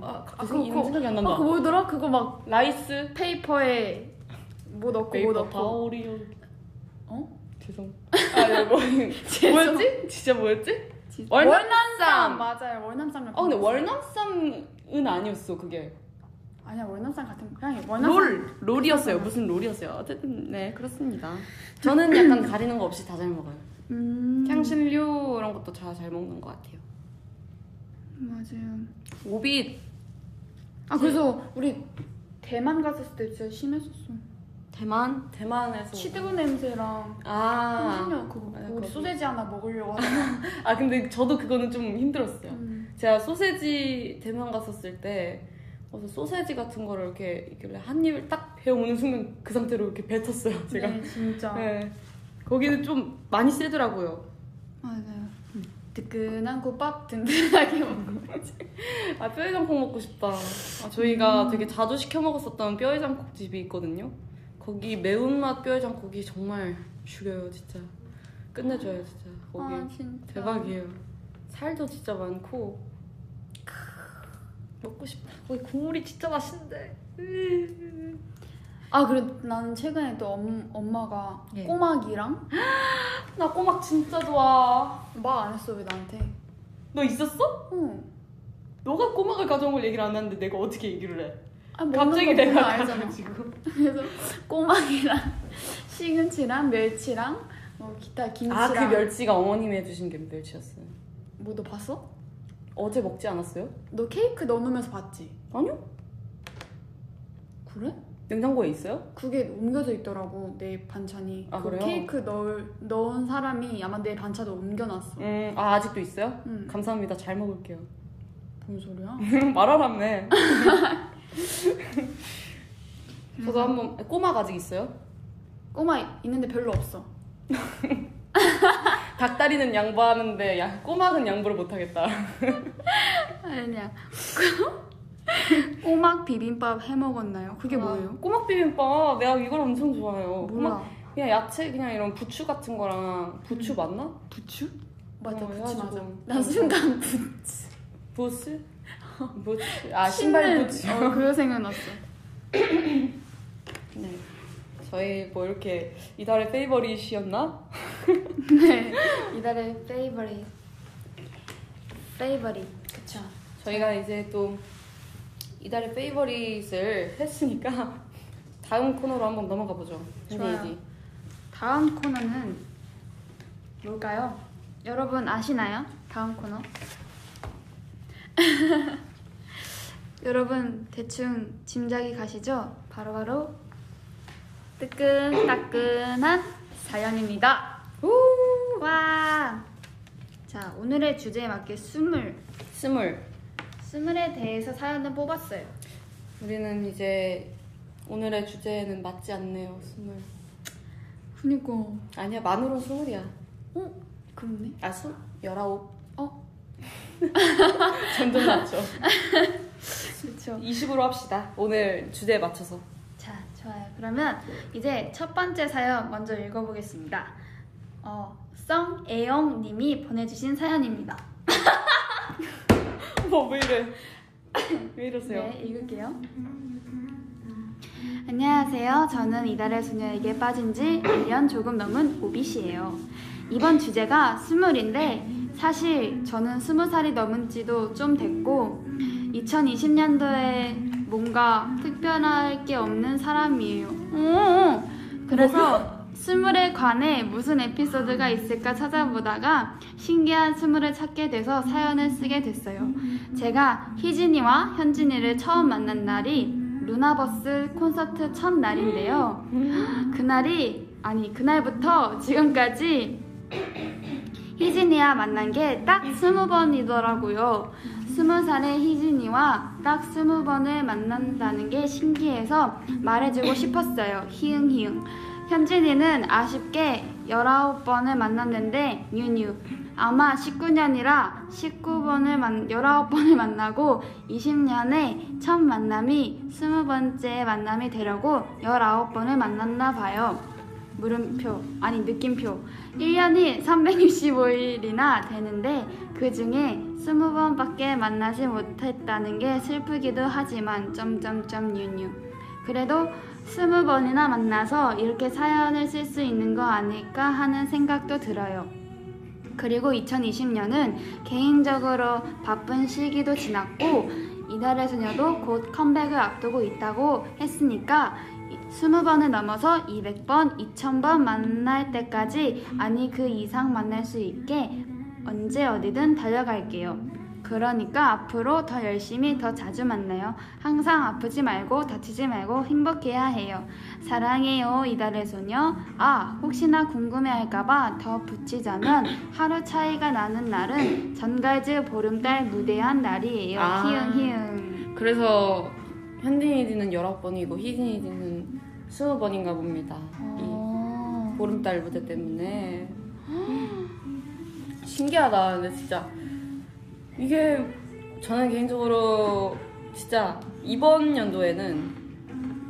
Speaker 1: 아, 아,
Speaker 2: 아,
Speaker 1: 그거 이름
Speaker 2: 그거-
Speaker 1: 생각이 안
Speaker 2: 아
Speaker 1: 난다.
Speaker 2: 그거 뭐더라? 그거 막
Speaker 1: 라이스
Speaker 2: 페이퍼에 뭐 넣고 뭐
Speaker 1: 네이버
Speaker 2: 넣고.
Speaker 1: 다오리오
Speaker 2: 어?
Speaker 1: 죄송 아 이거 뭐, 뭐였지? 진짜 뭐였지?
Speaker 2: 진짜.
Speaker 1: 월남-
Speaker 2: 월남쌈 맞아요. 월남쌈.
Speaker 1: 아 근데 월남쌈은 아니었어 그게
Speaker 2: 아니야 월남쌈 같은 거 그냥 월남쌈
Speaker 1: 롤! 롤이었어요 무슨 롤이었어요 어쨌든 네 그렇습니다 저는 약간 가리는 거 없이 다 잘 먹어요
Speaker 2: 음
Speaker 1: 향신료 이런 것도 다 잘 먹는 것 같아요
Speaker 2: 맞아요
Speaker 1: 오빛
Speaker 2: 아 그래서 우리 대만 갔었을 때 진짜 심했었어
Speaker 1: 대만? 대만에서
Speaker 2: 치드브 냄새랑
Speaker 1: 아,
Speaker 2: 향신료 그거
Speaker 1: 맞아,
Speaker 2: 우리
Speaker 1: 그거.
Speaker 2: 소세지 하나 먹으려고 하는
Speaker 1: 아 근데 저도 그거는 좀 힘들었어요
Speaker 2: 음.
Speaker 1: 제가 소세지 대만 갔었을 때 그래서 소세지 같은 거를 이렇게 이렇게 한 입을 딱 베어오는 순간 그 상태로 이렇게 뱉었어요 제가
Speaker 2: 네 진짜
Speaker 1: 네. 거기는 좀 많이 세더라고요
Speaker 2: 맞아요
Speaker 1: 음.
Speaker 2: 뜨끈한 국밥 든든하게 먹고
Speaker 1: 아 뼈해장국 먹고 싶다 아, 저희가
Speaker 2: 음.
Speaker 1: 되게 자주 시켜 먹었었던 뼈해장국 집이 있거든요 거기 매운맛 뼈해장국이 정말 죽여요 진짜 끝내줘요 진짜 거기
Speaker 2: 아 진짜
Speaker 1: 대박이에요 살도 진짜 많고 크, 먹고 싶다 거기 국물이 진짜 맛있는데 으.
Speaker 2: 아 그래 나는 최근에 또 엄, 엄마가
Speaker 1: 예.
Speaker 2: 꼬막이랑
Speaker 1: 나 꼬막 진짜 좋아.
Speaker 2: 말 안 했어 왜 나한테
Speaker 1: 너 있었어?
Speaker 2: 응
Speaker 1: 너가 꼬막을 가져온 걸 얘기를 안 했는데 내가 어떻게 얘기를 해?
Speaker 2: 아, 먹는
Speaker 1: 갑자기
Speaker 2: 거
Speaker 1: 내가
Speaker 2: 보면 알잖아
Speaker 1: 가지고.
Speaker 2: 그래서 꼬막이랑 시금치랑 멸치랑 뭐 기타 김치랑
Speaker 1: 아그 멸치가 어머님이 해주신 게 멸치였어요.
Speaker 2: 뭐너 봤어?
Speaker 1: 어제 먹지 않았어요?
Speaker 2: 너 케이크 넣어놓으면서 봤지?
Speaker 1: 아니요.
Speaker 2: 그래?
Speaker 1: 냉장고에 있어요?
Speaker 2: 그게 옮겨져 있더라고 내 반찬이
Speaker 1: 아,
Speaker 2: 그
Speaker 1: 그래요?
Speaker 2: 케이크 넣을, 넣은 사람이 아마 내 반찬도 옮겨놨어
Speaker 1: 음, 아 아직도 있어요?
Speaker 2: 응.
Speaker 1: 감사합니다. 잘 먹을게요.
Speaker 2: 뭔 소리야?
Speaker 1: 말하라며. 저도 한번 꼬마 가지고 있어요?
Speaker 2: 꼬마 있는데 별로 없어.
Speaker 1: 닭다리는 양보하는데 야, 꼬막은 양보를 못하겠다.
Speaker 2: 아니야. 꼬막 비빔밥 해 먹었나요? 그게
Speaker 1: 아.
Speaker 2: 뭐예요?
Speaker 1: 꼬막 비빔밥 내가 이걸 엄청 좋아해요. 어, 꼬막-
Speaker 2: 몰라.
Speaker 1: 그냥 야채 그냥 이런 부추 같은 거랑
Speaker 2: 음.
Speaker 1: 부추 맞나?
Speaker 2: 부추? 맞아,
Speaker 1: 어,
Speaker 2: 부추
Speaker 1: 해가지고.
Speaker 2: 맞아. 난 순간 부,
Speaker 1: 부스? 부추? 아 신발
Speaker 2: 신는-
Speaker 1: 부추.
Speaker 2: 어, 그거 생각났어.
Speaker 1: 네. 저희 뭐 이렇게 이달의 페이버릿이었나?
Speaker 2: 네. 이달의 페이버릿. 페이버릿. 그쵸.
Speaker 1: 저희가 이제 또 이달의 페이버릿을 했으니까 다음 코너로 한번 넘어가 보죠.
Speaker 2: 좋아요.
Speaker 1: 헨리 얘기.
Speaker 2: 다음 코너는 뭘까요? 여러분 아시나요? 다음 코너. 여러분 대충 짐작이 가시죠? 바로바로 뜨끈따끈한 사연입니다. 와! 자, 오늘의 주제에 맞게 스물,
Speaker 1: 스물.
Speaker 2: 스물에 대해서 사연을 뽑았어요.
Speaker 1: 우리는 이제 오늘의 주제에는 맞지 않네요. 스물.
Speaker 2: 그니까,
Speaker 1: 아니야 만으로 스물이야.
Speaker 2: 어? 그렇네.
Speaker 1: 아 스? 열아홉.
Speaker 2: 어?
Speaker 1: 점점 낮죠.
Speaker 2: 그쵸.
Speaker 1: 20으로 합시다. 오늘 주제에 맞춰서.
Speaker 2: 그렇죠. 자, 좋아요. 그러면 이제 첫 번째 사연 먼저 읽어보겠습니다. 어, 성애영 님이 보내주신 사연입니다.
Speaker 1: 뭐 왜 이래? 왜 이러세요?
Speaker 2: 네, 읽을게요. 안녕하세요. 저는 이달의 소녀에게 빠진 지 1년 조금 넘은 오빗이에요. 이번 주제가 스물인데 사실 저는 스무 살이 넘은 지도 좀 됐고 2020년도에 뭔가 특별할 게 없는 사람이에요. 오, 그래서 스물에 관해 무슨 에피소드가 있을까 찾아보다가 신기한 스물을 찾게 돼서 사연을 쓰게 됐어요. 제가 희진이와 현진이를 처음 만난 날이 루나버스 콘서트 첫 날인데요. 그날이 아니 그날부터 지금까지 희진이와 만난 게 딱 스무 번이더라고요. 스무 살의 희진이와 딱 스무 번을 만난다는 게 신기해서 말해주고 싶었어요. 히응히응. 현진이는 아쉽게 19번을 만났는데 뉴뉴 아마 19년이라 19번을 만, 19번을 만나고 20년에 첫 만남이 20번째 만남이 되려고 19번을 만났나 봐요. 물음표, 아니 느낌표. 1년이 365일이나 되는데 그 중에 20번밖에 만나지 못했다는 게 슬프기도 하지만 점점점 뉴뉴. 그래도 20번이나 만나서 이렇게 사연을 쓸 수 있는 거 아닐까 하는 생각도 들어요. 그리고 2020년은 개인적으로 바쁜 시기도 지났고 이달의 소녀도 곧 컴백을 앞두고 있다고 했으니까 20번을 넘어서 200번, 2000번 만날 때까지 아니 그 이상 만날 수 있게 언제 어디든 달려갈게요. 그러니까 앞으로 더 열심히 더 자주 만나요. 항상 아프지 말고 다치지 말고 행복해야 해요. 사랑해요 이달의 소녀 아 혹시나 궁금해할까봐 더 붙이자면 하루 차이가 나는 날은 전갈즈 보름달 무대한 날이에요
Speaker 1: 아.
Speaker 2: 히응 히응
Speaker 1: 그래서 현진이디는 19번이고 희진이디는 20번인가 봅니다.
Speaker 2: 어.
Speaker 1: 이 보름달 무대 때문에 신기하다. 근데 진짜 이게 저는 개인적으로 진짜 이번 연도에는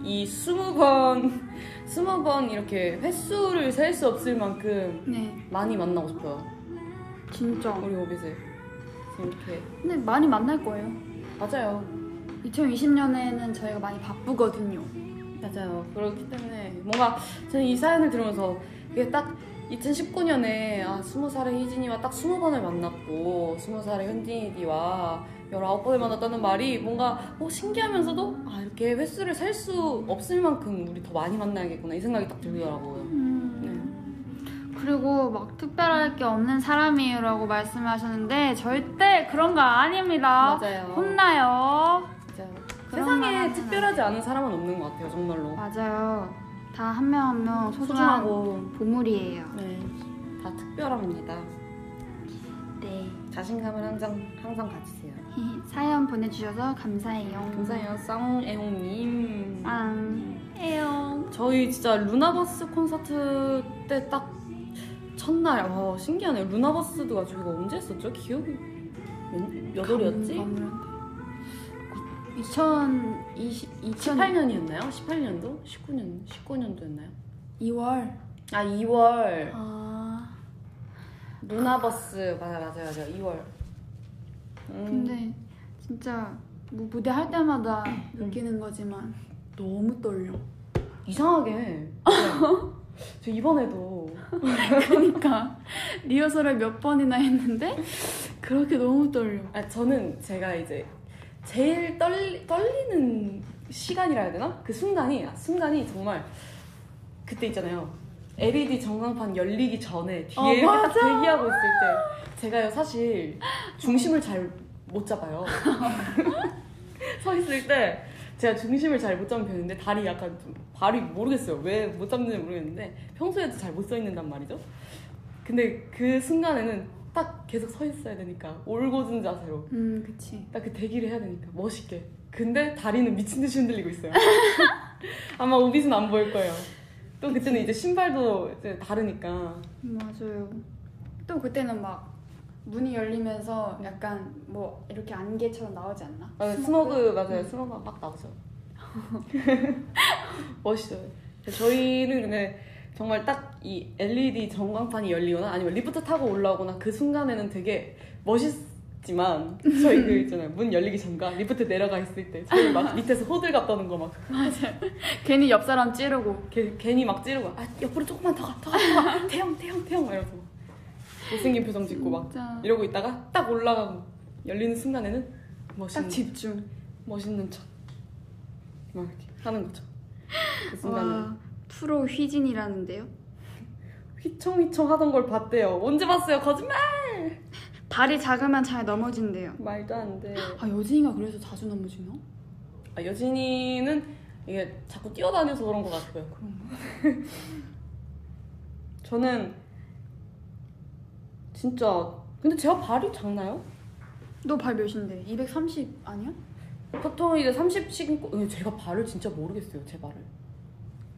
Speaker 1: 이 20번 20번 이렇게 횟수를 셀 수 없을 만큼
Speaker 2: 네
Speaker 1: 많이 만나고 싶어요.
Speaker 2: 진짜
Speaker 1: 우리 오빛을 이렇게
Speaker 2: 근데 네, 많이 만날 거예요
Speaker 1: 맞아요.
Speaker 2: 2020년에는 저희가 많이 바쁘거든요
Speaker 1: 맞아요. 그렇기 때문에 뭔가 저는 이 사연을 들으면서 이게 딱 2019년에 아, 20살의 희진이와 딱 20번을 만났고 20살의 현진이와 19번을 만났다는 말이 뭔가 어, 신기하면서도 아, 이렇게 횟수를 셀 수 없을 만큼 우리 더 많이 만나야겠구나 이 생각이 딱 들더라고요.
Speaker 2: 음,
Speaker 1: 네.
Speaker 2: 네. 그리고 막 특별할 게 없는 사람이라고 말씀하셨는데 절대 그런 거 아닙니다
Speaker 1: 맞아요.
Speaker 2: 혼나요
Speaker 1: 맞아요.
Speaker 2: 그런 말
Speaker 1: 세상에
Speaker 2: 하잖아요.
Speaker 1: 특별하지 않은 사람은 없는 것 같아요, 정말로.
Speaker 2: 맞아요 다 한 명 한 명 소중한
Speaker 1: 소중하고
Speaker 2: 보물이에요
Speaker 1: 네, 다 특별합니다.
Speaker 2: 네.
Speaker 1: 자신감을 항상 항상 가지세요.
Speaker 3: 사연 보내주셔서 감사해요.
Speaker 1: 감사해요 쌍애옹님 아,
Speaker 2: 음,
Speaker 3: 쌍. 에용.
Speaker 1: 저희 진짜 루나버스 콘서트 때 딱 첫날 와 신기하네요 루나버스가 저희가 언제 했었죠? 기억이 몇- 몇 월이었지?
Speaker 2: 음, 2020 2018
Speaker 1: 18년이었나요? 18년도? 19년 19년도였나요?
Speaker 2: 2월
Speaker 1: 아 2월
Speaker 2: 아
Speaker 1: 루나버스 맞아 맞아 맞아 2월 음.
Speaker 2: 근데 진짜 뭐 무대 할 때마다 느끼는 거지만 너무 떨려
Speaker 1: 이상하게 저 이번에도
Speaker 2: 그러니까 리허설을 몇 번이나 했는데 그렇게 너무 떨려
Speaker 1: 아, 저는 제가 이제 제일 떨리, 떨리는 시간이라 해야 되나? 그 순간이 순간이 정말 그때 있잖아요. LED 전광판 열리기 전에 뒤에
Speaker 2: 어,
Speaker 1: 이렇게 딱
Speaker 2: 맞아.
Speaker 1: 대기하고 있을 때 제가요 사실 중심을 잘 못 잡아요. 서 있을 때 제가 중심을 잘 못 잡는 편인데 다리 약간 좀 발이 모르겠어요. 왜 못 잡는지 모르겠는데 평소에도 잘 못 서 있는단 말이죠. 근데 그 순간에는 딱 계속 서 있어야 되니까 올곧은 자세로
Speaker 2: 음 그치
Speaker 1: 딱 그 대기를 해야 되니까 멋있게 근데 다리는 미친 듯이 흔들리고 있어요 아마 오빗은 안 보일 거예요 또 그때는 이제 신발도 이제 다르니까
Speaker 2: 맞아요 또 그때는 막 문이 열리면서 약간 뭐 이렇게 안개처럼 나오지 않나?
Speaker 1: 아, 스머그 맞아요 스머그 막 나오죠 멋있죠 저희는 근데 정말 딱 이 LED 전광판이 열리거나 아니면 리프트 타고 올라오거나 그 순간에는 되게 멋있지만 저희 그 있잖아요 문 열리기 전과 리프트 내려가 있을 때 저희 막 밑에서 호들갑 떠는 거막
Speaker 2: 괜히 옆 사람 찌르고
Speaker 1: 걔, 괜히 막 찌르고 아 옆으로 조금만 더 가 더 가 더 가 태형 태형 태형 막 이러면서 못생긴 표정 짓고 막
Speaker 2: 진짜
Speaker 1: 이러고 있다가 딱 올라가고 열리는 순간에는 멋있는
Speaker 2: 딱 집중
Speaker 1: 멋있는 척막 이렇게 하는 거죠 그 순간은
Speaker 3: 와, 프로 휘진이라는데요.
Speaker 1: 휘청휘청 하던 걸 봤대요 언제 봤어요 거짓말
Speaker 3: 발이 작으면 잘 넘어진대요.
Speaker 1: 말도 안돼
Speaker 2: 아 여진이가 그래서 자주 넘어지나?
Speaker 1: 아, 여진이는 이게 자꾸 뛰어다녀서 그런 것 같고요 저는 진짜 근데 제가 발이 작나요?
Speaker 2: 너 발 몇인데? 230 아니야?
Speaker 1: 보통 이제 30씩 신고 근데 제가 발을 진짜 모르겠어요 제 발을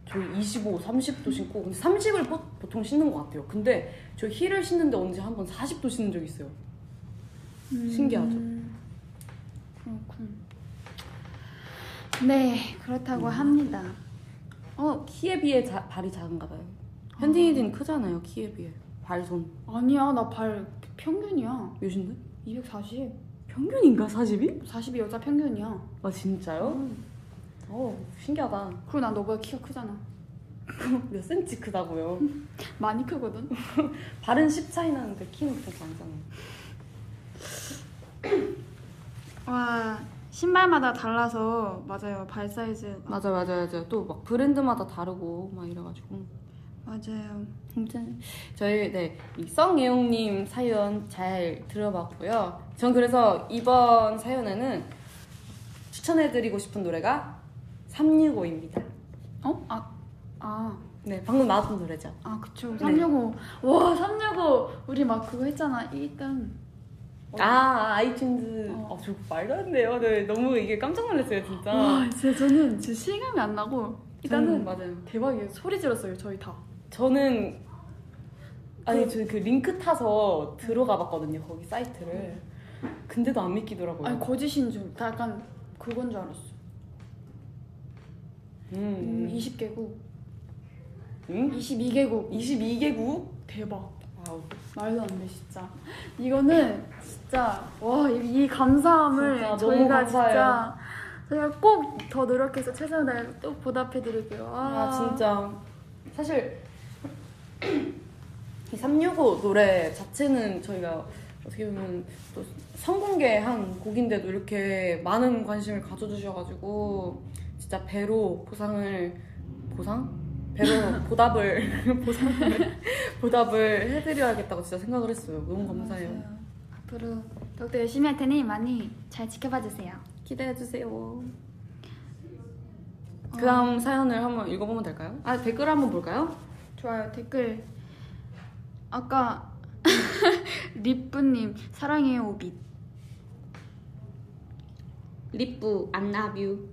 Speaker 1: 저희 25, 30도 신고 근데 30을 보, 보통 신는 것 같아요 근데 저 힐을 신는데 언제 한 번 40도 신은 적이 있어요
Speaker 3: 음.
Speaker 1: 신기하죠?
Speaker 2: 그렇군
Speaker 3: 네, 그렇다고 합니다.
Speaker 1: 어 키에 비해 자- 발이 작은가 봐요 현진이는 크잖아요 키에 비해 발손
Speaker 2: 아니야 나 발 평균이야
Speaker 1: 몇인데?
Speaker 2: 240
Speaker 1: 평균인가 40이?
Speaker 2: 40이 여자 평균이야
Speaker 1: 아 진짜요? 어 신기하다
Speaker 2: 그리고 난 너보다 키가 크잖아
Speaker 1: 몇 센치 크다고요
Speaker 2: 많이 크거든
Speaker 1: 발은 10 차이 나는데 키는 그렇게 안 작아요
Speaker 3: 와, 신발마다 달라서 맞아요. 발 사이즈.
Speaker 1: 맞아 맞아 맞아 또 막 브랜드마다 다르고 막 이래가지고
Speaker 3: 맞아요.
Speaker 1: 아무튼 저희 네, 이 성예용님 사연 잘 들어봤고요. 전 그래서 이번 사연에는 추천해드리고 싶은 노래가 365입니다.
Speaker 2: 어? 아, 아,
Speaker 1: 네, 방금 나왔던 노래죠.
Speaker 2: 아 그쵸
Speaker 1: 네.
Speaker 2: 365 와 365 우리 막 그거 했잖아 1등
Speaker 1: 아, 아이튠즈.
Speaker 2: 어.
Speaker 1: 아, 저 말도 안 돼요. 네, 너무 이게 깜짝 놀랐어요, 진짜.
Speaker 2: 와 진짜 저는 진짜 실감이 안 나고
Speaker 1: 아, 일단은
Speaker 2: 일단은
Speaker 1: 맞아요.
Speaker 2: 대박이에요 소리 질렀어요 저희 다
Speaker 1: 저는 아니 저 그 링크 타서 들어가 봤거든요 거기 사이트를 근데도 안 믿기더라고요.
Speaker 2: 아니 거짓인 줄다 약간 그건 줄 알았어
Speaker 1: 음,
Speaker 2: 음,
Speaker 1: 음.
Speaker 2: 20개국
Speaker 1: 음?
Speaker 2: 22개국
Speaker 1: 22개국
Speaker 2: 대박
Speaker 1: 와우.
Speaker 2: 말도 안 돼 진짜 이거는 진짜 와 이 감사함을
Speaker 1: 진짜 너무
Speaker 2: 저희가
Speaker 1: 감사해요.
Speaker 2: 진짜 저희가 꼭 더 노력해서 최선을 다해서 또 보답해 드릴게요
Speaker 1: 아 진짜 사실 이 365 노래 자체는 저희가 어떻게 보면 또 성공개한 곡인데도 이렇게 많은 관심을 가져주셔가지고 진짜 배로 보상을 보상? 배로 보답을 보상을 보답을 해드려야겠다고 진짜 생각을 했어요. 너무 감사해요.
Speaker 2: 맞아요.
Speaker 3: 앞으로 더욱더 열심히 할 테니 많이 잘 지켜봐 주세요.
Speaker 1: 기대해 주세요. 그다음 사연을 한번 읽어보면 될까요? 아 댓글 한번 볼까요?
Speaker 3: 좋아요 댓글 아까 리뿌님 사랑해요 오빛
Speaker 4: 립부 안나뷰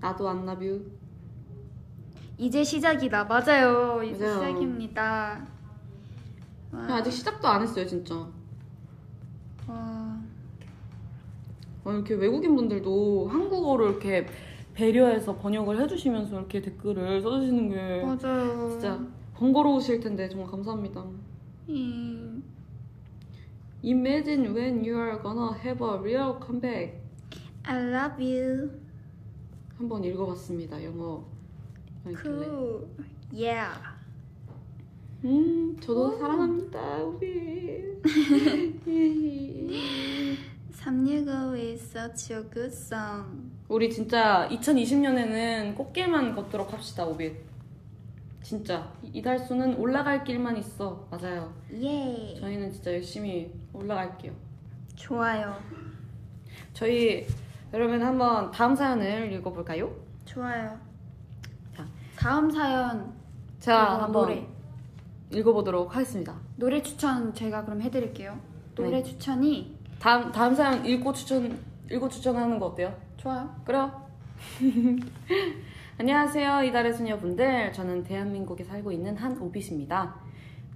Speaker 4: 나도 안나뷰
Speaker 3: 이제 시작이다. 맞아요. 이제
Speaker 4: 맞아요.
Speaker 3: 시작입니다. 와.
Speaker 4: 아직 시작도 안 했어요 진짜
Speaker 3: 와.
Speaker 4: 어, 이렇게 외국인 분들도
Speaker 1: 한국어로 이렇게 배려해서 번역을 해주시면서 이렇게 댓글을 써주시는 게
Speaker 3: 맞아요.
Speaker 4: 네. 진짜 번거로우실 텐데 정말 감사합니다.
Speaker 3: 이...
Speaker 4: Imagine when you are gonna have a real comeback
Speaker 3: I love you.
Speaker 4: 한번 읽어봤습니다 영어 있길래
Speaker 3: Cool. Yeah.
Speaker 4: 음 저도 사랑합니다 우리
Speaker 3: 365 is such a good song.
Speaker 1: 우리 진짜 2020년에는 꽃길만 걷도록 합시다 오빛 진짜 이- 이달수는 올라갈 길만 있어 맞아요
Speaker 3: 예.
Speaker 1: 저희는 진짜 열심히 올라갈게요
Speaker 3: 좋아요.
Speaker 1: 저희 여러분 한번 다음 사연을 읽어볼까요?
Speaker 3: 좋아요.
Speaker 2: 다음 사연
Speaker 1: 자
Speaker 2: 그리고
Speaker 1: 한번
Speaker 2: 네, 노래
Speaker 1: 읽어보도록 하겠습니다
Speaker 2: 노래 추천 제가 그럼 해드릴게요.
Speaker 4: 네.
Speaker 2: 노래 추천이
Speaker 1: 다음 다음 사연 읽고 추천 읽고 추천하는 거 어때요?
Speaker 2: 좋아요.
Speaker 1: 그럼 안녕하세요 이달의 소녀분들 저는 대한민국에 살고 있는 한오빛입니다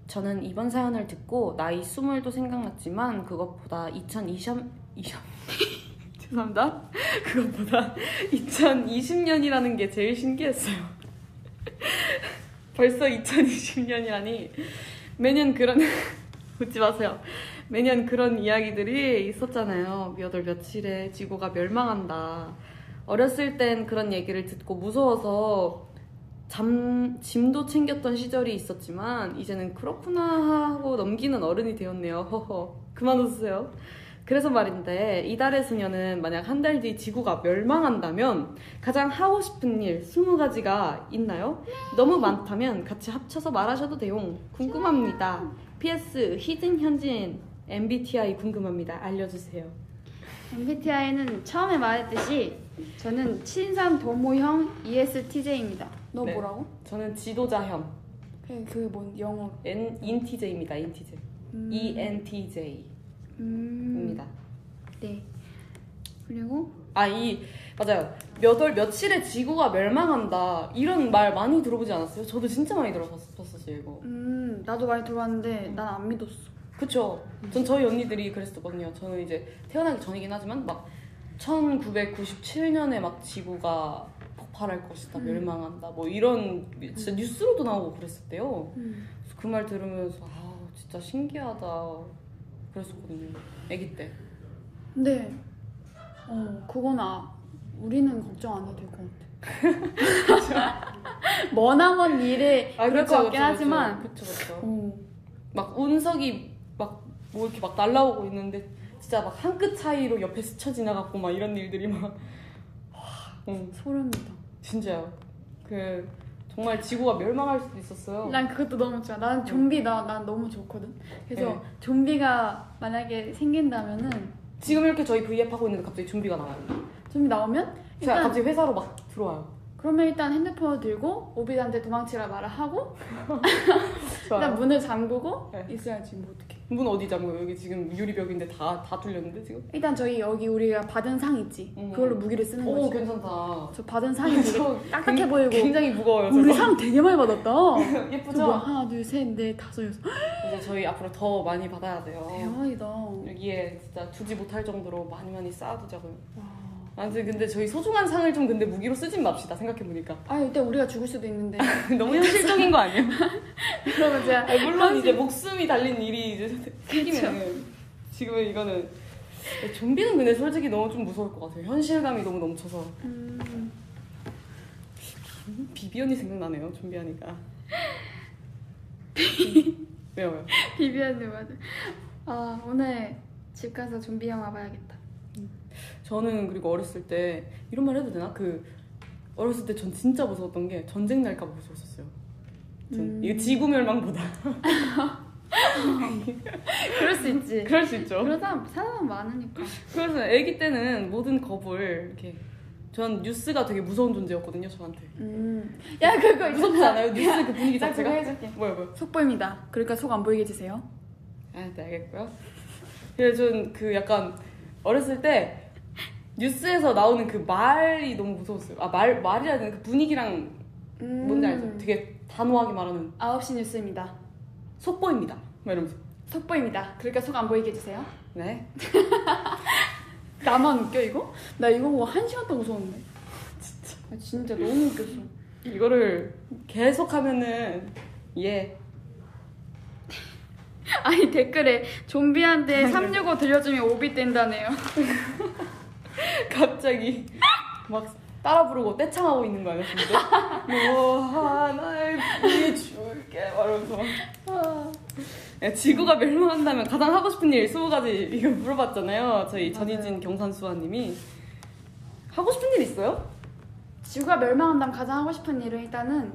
Speaker 1: 저는 이번 사연을 듣고 나이 스물도 생각났지만 그것보다 2020 20... 죄송합니다 그것보다 2020년이라는 게 제일 신기했어요 벌써 2020년이라니 매년 그런 웃지 마세요 매년 그런 이야기들이 있었잖아요 몇 월 며칠에 지구가 멸망한다 어렸을 땐 그런 얘기를 듣고 무서워서 잠, 짐도 챙겼던 시절이 있었지만 이제는 그렇구나 하고 넘기는 어른이 되었네요. 허허. 그만 웃으세요. 그래서 말인데 이달의 소녀는 만약 한 달 뒤 지구가 멸망한다면 가장 하고 싶은 일 20가지가 있나요? 너무 많다면 같이 합쳐서 말하셔도 돼요. 궁금합니다. PS 히든 현진 MBTI 궁금합니다. 알려주세요.
Speaker 2: MBTI는 처음에 말했듯이 저는 친산 도모형 E ESTJ입니다. 너
Speaker 1: 네.
Speaker 2: 뭐라고?
Speaker 1: 저는 지도자형
Speaker 2: 그게, 네, 그게 뭔 영어?
Speaker 1: N, 인티제입니다. 인티제.
Speaker 2: 음,
Speaker 1: ENTJ입니다.
Speaker 2: 음, 네. 그리고
Speaker 1: 아 이 맞아요 몇월 며칠에 지구가 멸망한다 이런 말 많이 들어보지 않았어요? 저도 진짜 많이 들어봤었어요 이거
Speaker 2: 음 나도 많이 들어봤는데 난 안 믿었어.
Speaker 1: 그쵸
Speaker 2: 음.
Speaker 1: 전 저희 언니들이 그랬었거든요 저는 이제 태어나기 전이긴 하지만 막 1997년에 막 지구가 폭발할 것이다
Speaker 2: 음.
Speaker 1: 멸망한다 뭐 이런 진짜 뉴스로도 나오고 그랬었대요
Speaker 2: 음.
Speaker 1: 그 말 들으면서 아 진짜 신기하다 그랬었거든요 아기 때
Speaker 2: 근데 어 그건 아 우리는 걱정 안 해도 될 것 같아. 머나먼 일에 아, 그렇죠, 그럴 것 같긴 하지만
Speaker 1: 그쵸 그쵸
Speaker 2: 어,
Speaker 1: 막 운석이 막 뭐 이렇게 막 날라오고 있는데 진짜 막 한 끗 차이로 옆에 스쳐 지나갔고 막 이런 일들이 막 와, 응,
Speaker 2: 소름이다.
Speaker 1: 진짜요. 그 정말 지구가 멸망할 수도 있었어요.
Speaker 2: 난 그것도 너무 좋아. 난 좀비 나 난 너무 좋거든. 그래서
Speaker 1: 네.
Speaker 2: 좀비가 만약에 생긴다면은
Speaker 1: 지금 이렇게 저희 V앱 하고 있는데 갑자기 좀비가 나와요.
Speaker 2: 좀비 나오면
Speaker 1: 제가
Speaker 2: 일단
Speaker 1: 갑자기 회사로 막 들어와요.
Speaker 2: 그러면 일단 핸드폰을 들고 오비한테 도망치라 말을 하고 일단
Speaker 1: 좋아요.
Speaker 2: 문을 잠그고
Speaker 1: 네.
Speaker 2: 있어야지 뭐 어떻게.
Speaker 1: 문 어디 잠궈요? 여기 지금 유리벽인데 다 다 뚫렸는데 지금.
Speaker 2: 일단 저희 여기 우리가 받은 상 있지.
Speaker 1: 음.
Speaker 2: 그걸로 무기를 쓰는 거지.
Speaker 1: 오 괜찮다.
Speaker 2: 저 받은 상이 되게 딱딱해 보이고
Speaker 1: 굉장히 어. 무거워요. 저거.
Speaker 2: 우리 상 되게 많이 받았다. 저거
Speaker 1: 예쁘죠?
Speaker 2: 하나 둘 셋 넷 다섯 여섯
Speaker 1: 어. 이제 저희 앞으로 더 많이 받아야 돼요.
Speaker 2: 대박이다.
Speaker 1: 여기에 진짜 두지 못할 정도로 많이 많이 쌓아두자고요.
Speaker 2: 와.
Speaker 1: 아무튼 근데 저희 소중한 상을 좀 근데 무기로 쓰진 맙시다 생각해 보니까
Speaker 2: 아 일단 우리가 죽을 수도 있는데
Speaker 1: 너무 현실적인 거 아니에요?
Speaker 2: 그러면 제가
Speaker 1: 그렇죠. 아, 물론 이제 그렇죠. 목숨이 달린 일이 이제 생기면 지금은 이거는 네, 좀비는 근데 솔직히 너무 좀 무서울 것 같아요. 현실감이 너무 넘쳐서
Speaker 2: 음,
Speaker 1: 비비 언니 생각나네요. 좀비 하니까 왜요 왜요?
Speaker 2: 비비안이 맞아. 아 오늘 집 가서 좀비 영화 봐야겠다.
Speaker 1: 저는 그리고 어렸을 때 이런 말 해도 되나? 그 어렸을 때 전 진짜 무서웠던 게 전쟁 날까 봐 무서웠었어요. 전
Speaker 2: 음.
Speaker 1: 이거 지구 멸망보다
Speaker 2: 그럴 수 있지.
Speaker 1: 그럴 수 있죠.
Speaker 2: 그러다 사람 많으니까.
Speaker 1: 그래서 아기 때는 모든 겁을 이렇게 전 뉴스가 되게 무서운 존재였거든요 저한테
Speaker 2: 음. 야 그거
Speaker 1: 무섭지 않아요 뉴스 그 분위기
Speaker 2: 나 그거
Speaker 1: 자체가
Speaker 2: 해줄게.
Speaker 1: 뭐야 뭐야
Speaker 2: 속보입니다. 그러니까 속 안 보이게 해주세요.
Speaker 1: 아, 네 알겠고요 그래서 전 그 약간 어렸을 때 뉴스에서 나오는 그 말이 너무 무서웠어요. 아, 말, 말이라 는그 분위기랑
Speaker 2: 음.
Speaker 1: 뭔지 알죠? 되게 단호하게 말하는
Speaker 2: 9시 뉴스입니다.
Speaker 1: 속보입니다. 막 이러면서.
Speaker 2: 속보입니다. 그러니까 속 안 보이게 해주세요.
Speaker 1: 네.
Speaker 2: 나만 웃겨 이거? 나 이거 보고 한 시간 동안 웃었는데. 진짜. 진짜 너무 웃겼어.
Speaker 1: 이거를 계속 하면은, 예.
Speaker 2: 아니 댓글에 좀비한테 365 들려주면 오비 된다네요.
Speaker 1: 갑자기 막 따라 부르고 떼창하고 있는 거아니었습니뭐 하나의 불이 줄게 말하면서
Speaker 2: 아.
Speaker 1: 야, 지구가 멸망한다면 가장 하고 싶은 일 20가지 이거 물어봤잖아요 저희 전희진 경산수아님이 하고 싶은 일 있어요?
Speaker 2: 지구가 멸망한다면 가장 하고 싶은 일은 일단은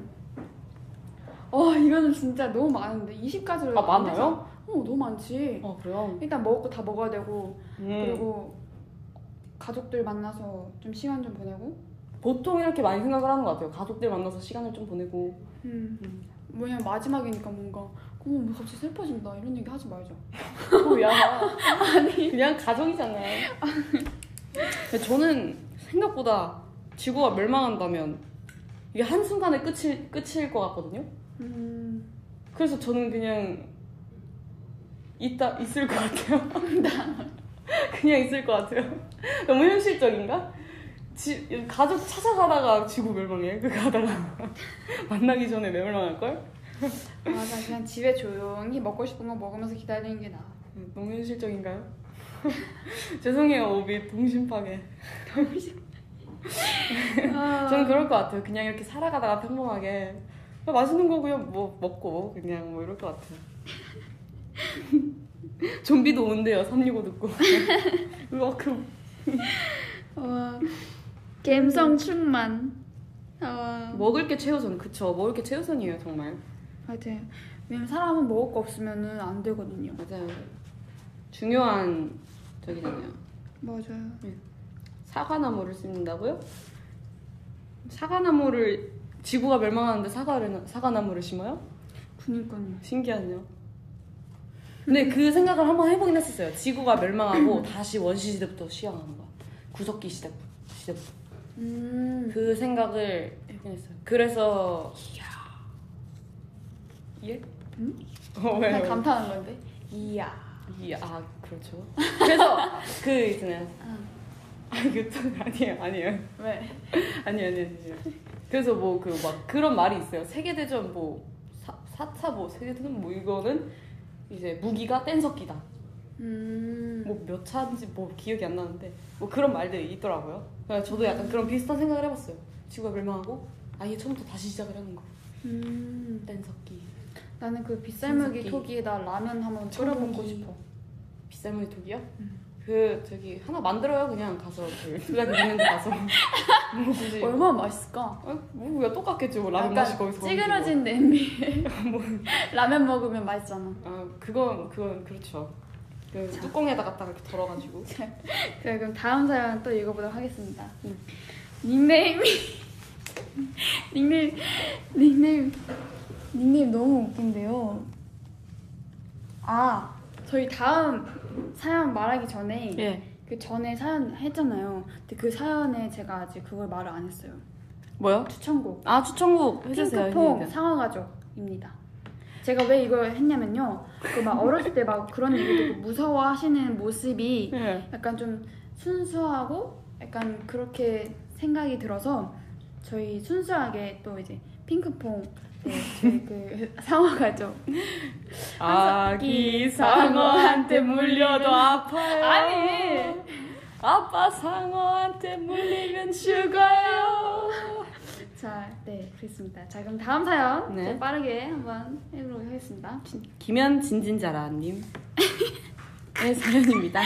Speaker 2: 어 이거는 진짜 너무 많은데 20가지로
Speaker 1: 아 많아요?
Speaker 2: 어 너무 많지.
Speaker 1: 어 그래요?
Speaker 2: 일단 먹을 거 다 먹어야 되고
Speaker 1: 음,
Speaker 2: 그리고 가족들 만나서 좀 시간 좀 보내고
Speaker 1: 보통 이렇게 많이 생각을 하는 것 같아요 가족들 만나서 시간을 좀 보내고
Speaker 2: 음.
Speaker 1: 음.
Speaker 2: 뭐냐면 마지막이니까 뭔가 어머 뭐 갑자기 슬퍼진다 이런 얘기 하지 말자.
Speaker 1: 뭐야 아니 그냥 가정이잖아요 근데 저는 생각보다 지구가 멸망한다면 이게 한순간에 끝일, 끝일 것 같거든요
Speaker 2: 음.
Speaker 1: 그래서 저는 그냥 있다 있을 것 같아요 그냥 있을 것 같아요 너무 현실적인가? 지, 가족 찾아가다가 지구 멸망해 그 가다가 만나기 전에 멸망할걸?
Speaker 2: 맞아 그냥 집에 조용히 먹고 싶은 거 먹으면서 기다리는 게 나아.
Speaker 1: 너무 현실적인가요? 죄송해요 오비 동심파괴 저는 아. 그럴 것 같아요. 그냥 이렇게 살아가다가 평범하게 그냥 맛있는 거고요. 뭐 먹고 그냥 뭐 이럴 것 같아요. 좀비도 온대요. 365 듣고. 워크.
Speaker 2: 어,
Speaker 3: 와 감성 충만.
Speaker 2: 어.
Speaker 3: 아
Speaker 1: 먹을 게 최우선. 그쵸. 먹을 게 최우선이에요. 정말.
Speaker 2: 하여튼 왜냐면 사람은 먹을 거 없으면은 안 되거든요.
Speaker 4: 맞아요.
Speaker 1: 중요한 저기잖아요.
Speaker 2: 맞아요.
Speaker 1: 사과나무를 심는다고요? 사과나무를 지구가 멸망하는데 사과를 사과나무를 심어요?
Speaker 2: 그니까요.
Speaker 1: 신기하네요. 근데 그 생각을 한번 해보긴 했었어요. 지구가 멸망하고 다시 원시 시대부터 시작하는 거야. 구석기 시대 시대부터
Speaker 2: 음.
Speaker 1: 그 생각을 해보긴 했어요. 그래서 이야 예? 응? 어,
Speaker 2: 그냥
Speaker 1: 왜요?
Speaker 2: 감탄한 건데. 이야.
Speaker 1: 이, 아 그렇죠. 그래서 그 있잖아요. 아 이거 또 아니에요 아니에요.
Speaker 2: 왜?
Speaker 1: 아니 아니 아니. 그래서 뭐 그 막 그런 말이 있어요. 세계 대전 뭐 사, 4차 뭐 세계 대전 뭐 이거는 이제 무기가 뗀석기다.
Speaker 2: 음.
Speaker 1: 뭐 몇 차인지 뭐 기억이 안 나는데 뭐 그런 말들이 있더라고요. 그러니까 저도 약간 그런 비슷한 생각을 해봤어요. 지구가 멸망하고 아예 처음부터 다시 시작을 하는 거.
Speaker 2: 음.
Speaker 1: 뗀석기.
Speaker 2: 나는 그 빗살무기
Speaker 1: 신석기.
Speaker 2: 토기에다 라면 한번 끓여 먹고
Speaker 1: 뭐 청국기.
Speaker 2: 싶어. 음.
Speaker 1: 빗살무늬 독이요? 그 저기 하나 만들어요 그냥 가서 그 수간 있는 데 가서 뭐 굳이
Speaker 2: 얼마나 맛있을까?
Speaker 1: 아, 뭐 그냥 똑같겠지 뭐 라면
Speaker 2: 약간
Speaker 1: 맛이 거기서 뭐.
Speaker 2: 찌그러진 냄비에 라면 먹으면 맛있잖아.
Speaker 1: 아 그건 그건 그렇죠 그 뚜껑에다가 딱 이렇게 덜어가지고
Speaker 2: 그래 그럼 다음 사연 또 읽어보도록 하겠습니다. 닉네임이 닉네임 닉네임 닉네임 너무 웃긴데요. 아 저희 다음 사연 말하기 전에
Speaker 1: 예
Speaker 2: 그 전에 사연 했잖아요. 근데 그 사연에 제가 아직 그걸 말을 안 했어요.
Speaker 1: 뭐요?
Speaker 2: 추천곡
Speaker 1: 아 추천곡
Speaker 2: 핑크퐁 상어가족입니다. 제가 왜 이걸 했냐면요. 그 막 어렸을 때 막 그런 얘기 듣고 무서워하시는 모습이
Speaker 1: 예
Speaker 2: 약간 좀 순수하고 약간 그렇게 생각이 들어서 저희 순수하게 또 이제 핑크퐁 네, 저희 그 상어가족
Speaker 1: 아기 상어한테 물려도 아파요
Speaker 2: 아니!
Speaker 1: 아빠 상어한테 물리면 죽어요
Speaker 2: 자, 네, 그렇습니다. 자, 그럼 다음 사연
Speaker 1: 네.
Speaker 2: 이제 빠르게 한번 해보도록 하겠습니다.
Speaker 1: 김현 진진자라님 의 네, 사연입니다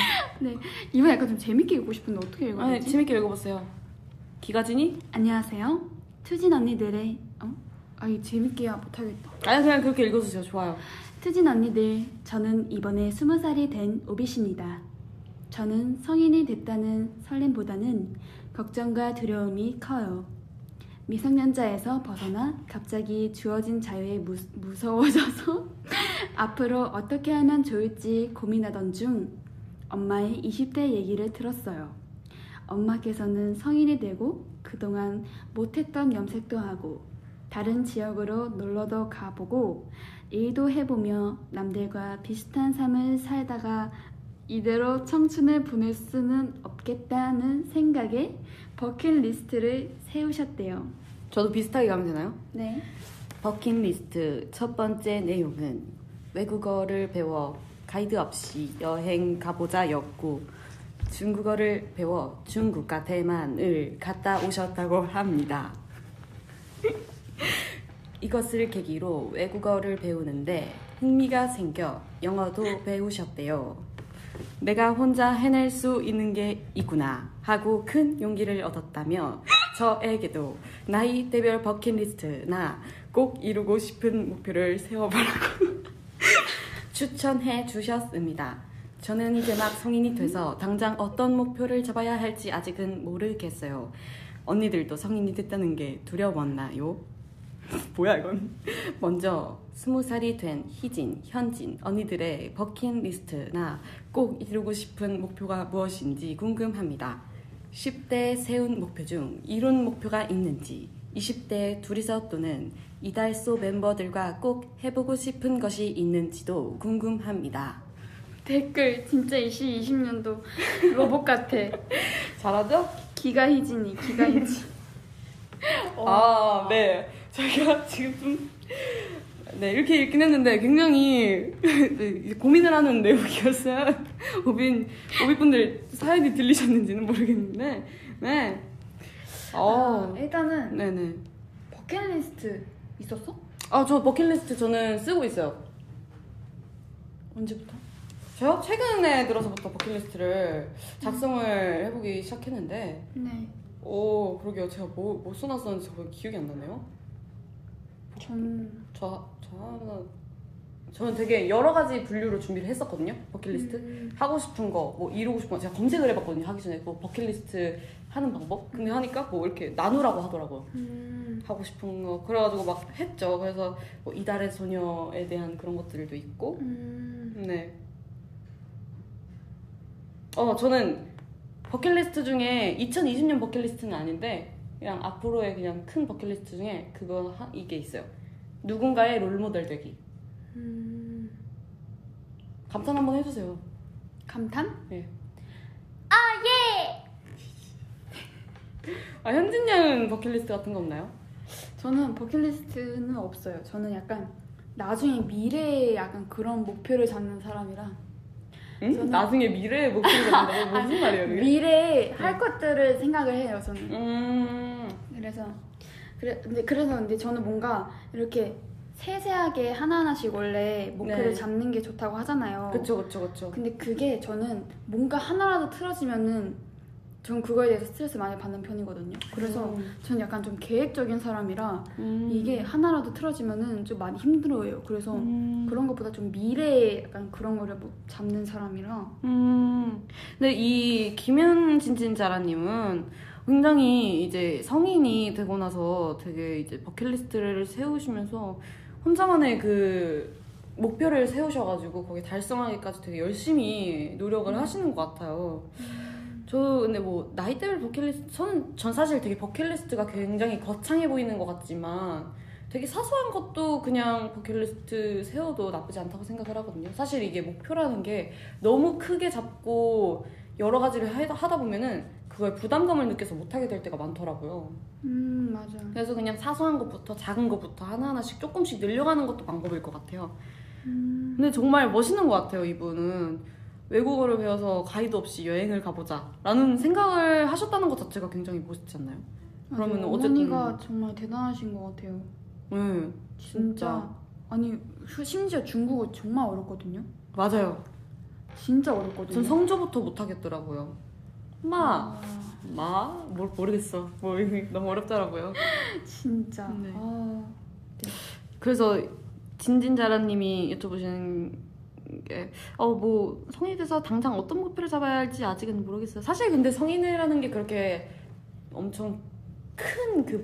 Speaker 2: 이번 약간 좀 재밌게 읽고 싶은데 어떻게 읽어야
Speaker 1: 아,
Speaker 2: 되지?
Speaker 1: 재밌게 읽어보세요 기가진이?
Speaker 3: 안녕하세요. 투진 언니들의 어?
Speaker 2: 아니, 재밌게 못하겠다.
Speaker 1: 아니 그냥 그렇게 읽어주세요 좋아요
Speaker 3: 투진 언니들, 저는 이번에 스무 살이 된 오빗입니다. 저는 성인이 됐다는 설렘보다는 걱정과 두려움이 커요. 미성년자에서 벗어나 갑자기 주어진 자유에 무, 무서워져서 앞으로 어떻게 하면 좋을지 고민하던 중 엄마의 20대 얘기를 들었어요. 엄마께서는 성인이 되고 그동안 못했던 염색도 하고 다른 지역으로 놀러도 가보고 일도 해보며 남들과 비슷한 삶을 살다가 이대로 청춘을 보낼 수는 없겠다는 생각에 버킷리스트를 세우셨대요.
Speaker 1: 저도 비슷하게 가면 되나요?
Speaker 3: 네.
Speaker 1: 버킷리스트 첫 번째 내용은 외국어를 배워 가이드 없이 여행 가보자였고 중국어를 배워 중국과 대만을 갔다 오셨다고 합니다. 이것을 계기로 외국어를 배우는데 흥미가 생겨 영어도 배우셨대요. 내가 혼자 해낼 수 있는 게 있구나 하고 큰 용기를 얻었다며 저에게도 나이 대별 버킷리스트나 꼭 이루고 싶은 목표를 세워보라고 추천해 주셨습니다. 저는 이제 막 성인이 돼서 당장 어떤 목표를 잡아야 할지 아직은 모르겠어요. 언니들도 성인이 됐다는 게 두려웠나요? 뭐야 이건? 먼저 스무 살이 된 희진, 현진 언니들의 버킷리스트나 꼭 이루고 싶은 목표가 무엇인지 궁금합니다. 10대에 세운 목표 중 이룬 목표가 있는지 20대에 둘이서 또는 이달소 멤버들과 꼭 해보고 싶은 것이 있는지도 궁금합니다.
Speaker 2: 댓글 진짜 2020년도 로봇 같아.
Speaker 1: 잘하죠?
Speaker 2: 기가희진이 기가희진. 어,
Speaker 1: 아, 네. 저희가 지금 좀 네, 이렇게 읽긴 했는데 굉장히 네, 고민을 하는 내용이었어요. 오빈 오빈분들 사연이 들리셨는지는 모르겠는데. 네. 어.
Speaker 2: 일단은
Speaker 1: 네, 네.
Speaker 2: 버킷리스트 있었어?
Speaker 1: 아, 저 버킷리스트 저는 쓰고 있어요.
Speaker 2: 언제부터?
Speaker 1: 제가 최근에 들어서부터 버킷리스트를 작성을 해보기 시작했는데,
Speaker 2: 네.
Speaker 1: 오, 그러게요. 제가 뭐, 뭐 써놨었는지 거의 기억이 안 나네요.
Speaker 2: 전
Speaker 1: 저, 저 하나, 저는 되게 여러 가지 분류로 준비를 했었거든요. 버킷리스트. 하고 싶은 거, 뭐 이루고 싶은 거. 제가 검색을 해봤거든요. 하기 전에 뭐 버킷리스트 하는 방법? 근데 하니까 뭐 이렇게 나누라고 하더라고요.
Speaker 2: 음.
Speaker 1: 하고 싶은 거. 그래가지고 막 했죠. 그래서 뭐 이달의 소녀에 대한 그런 것들도 있고,
Speaker 2: 음.
Speaker 1: 네. 어, 저는 버킷리스트 중에 2020년 버킷리스트는 아닌데 그냥 앞으로의 그냥 큰 버킷리스트 중에 그거 하, 이게 있어요. 누군가의 롤모델 되기.
Speaker 2: 음.
Speaker 1: 감탄 한번 해주세요.
Speaker 2: 감탄?
Speaker 1: 아 현진 양은 버킷리스트 같은 거 없나요?
Speaker 2: 저는 버킷리스트는 없어요. 저는 약간 나중에 미래에 약간 그런 목표를 잡는 사람이라
Speaker 1: 응?
Speaker 2: 저는-
Speaker 1: 나중에 미래의 목표를 갖는다고 무슨 말이에요? 그게?
Speaker 2: 미래에
Speaker 1: 네.
Speaker 2: 할 것들을 생각을 해요. 저는
Speaker 1: 음.
Speaker 2: 그래서 그래 근데 그래서 근데 저는 뭔가 이렇게 세세하게 하나하나씩 원래 목표를
Speaker 1: 네.
Speaker 2: 잡는 게 좋다고 하잖아요.
Speaker 1: 그쵸 그쵸 그쵸.
Speaker 2: 근데 그게 저는 뭔가 하나라도 틀어지면은 전 그거에 대해서 스트레스 많이 받는 편이거든요. 그래서 전 약간 좀 계획적인 사람이라
Speaker 1: 음.
Speaker 2: 이게 하나라도 틀어지면은 좀 많이 힘들어요. 그래서
Speaker 1: 음.
Speaker 2: 그런 것보다 좀 미래에 약간 그런 거를 뭐 잡는 사람이라
Speaker 1: 음, 근데 이 김현진진자라님은 굉장히 이제 성인이 되고 나서 되게 이제 버킷리스트를 세우시면서 혼자만의 그 목표를 세우셔가지고 거기 달성하기까지 되게 열심히 노력을 하시는 것 같아요. 저 근데 뭐 나이대별 버킷리스트 저는 전 사실 되게 버킷리스트가 굉장히 거창해 보이는 것 같지만 되게 사소한 것도 그냥 버킷리스트 세워도 나쁘지 않다고 생각을 하거든요. 사실 이게 목표라는 게 너무 크게 잡고 여러 가지를 하다, 하다 보면은 그걸 부담감을 느껴서 못하게 될 때가 많더라고요.
Speaker 2: 음 맞아.
Speaker 1: 그래서 그냥 사소한 것부터 작은 것부터 하나하나씩 조금씩 늘려가는 것도 방법일 것 같아요. 근데 정말 멋있는 것 같아요, 이분은. 외국어를 배워서 가이드 없이 여행을 가보자 라는 생각을 하셨다는 것 자체가 굉장히 멋있지 않나요? 그러면 어쨌든-
Speaker 2: 어머니가 정말 대단하신 것 같아요.
Speaker 1: 네,
Speaker 2: 진짜 아니 심지어 중국어 정말 어렵거든요.
Speaker 1: 맞아요.
Speaker 2: 진짜 어렵거든요.
Speaker 1: 전 성조부터 못하겠더라고요. 마,
Speaker 2: 아,
Speaker 1: 마? 뭘 모르겠어. 뭐, 이게 너무 어렵더라고요.
Speaker 2: 진짜.
Speaker 1: 네.
Speaker 2: 아,
Speaker 1: 그래서 진진자라님이 여쭤보시는 게어 뭐 성인이 돼서 당장 어떤 목표를 잡아야 할지 아직은 모르겠어요. 사실 근데 성인이라는 게 그렇게 엄청 큰 그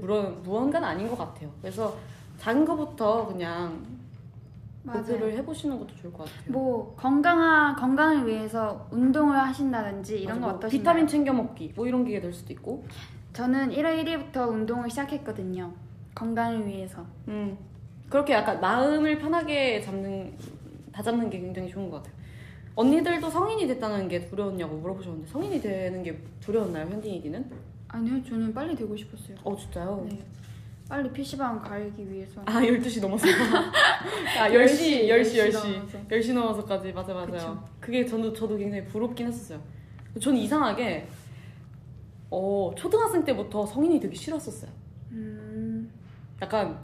Speaker 1: 무언가는 아닌 것 같아요. 그래서 작은 거부터 그냥
Speaker 3: 맞아요.
Speaker 1: 복습을 해보시는 것도 좋을 것 같아요.
Speaker 3: 뭐 건강한 건강을 위해서 운동을 하신다든지 이런
Speaker 1: 맞아,
Speaker 3: 거
Speaker 1: 뭐
Speaker 3: 어떠신가요?
Speaker 1: 비타민 챙겨 먹기 뭐 이런 게 될 수도 있고.
Speaker 3: 저는 1월 1일부터 운동을 시작했거든요. 건강을 위해서.
Speaker 1: 음 그렇게 약간 마음을 편하게 잡는 다잡는 게 굉장히 좋은 것 같아요. 언니들도 성인이 됐다는 게 두려웠냐고 물어보셨는데 성인이 되는 게 두려웠나요 현진이기는?
Speaker 2: 아니요, 저는 빨리 되고 싶었어요.
Speaker 1: 어 진짜요?
Speaker 2: 네.
Speaker 3: 빨리 PC방 가기 위해서.
Speaker 1: 아 12시 넘어서 아 10시 10시 10시
Speaker 2: 넘어서.
Speaker 1: 10시 넘어서까지 맞아 맞아요. 그게 저도 저도 굉장히 부럽긴 했었어요. 저는 이상하게 어 초등학생 때부터 성인이 되기 싫었었어요.
Speaker 3: 음,
Speaker 1: 약간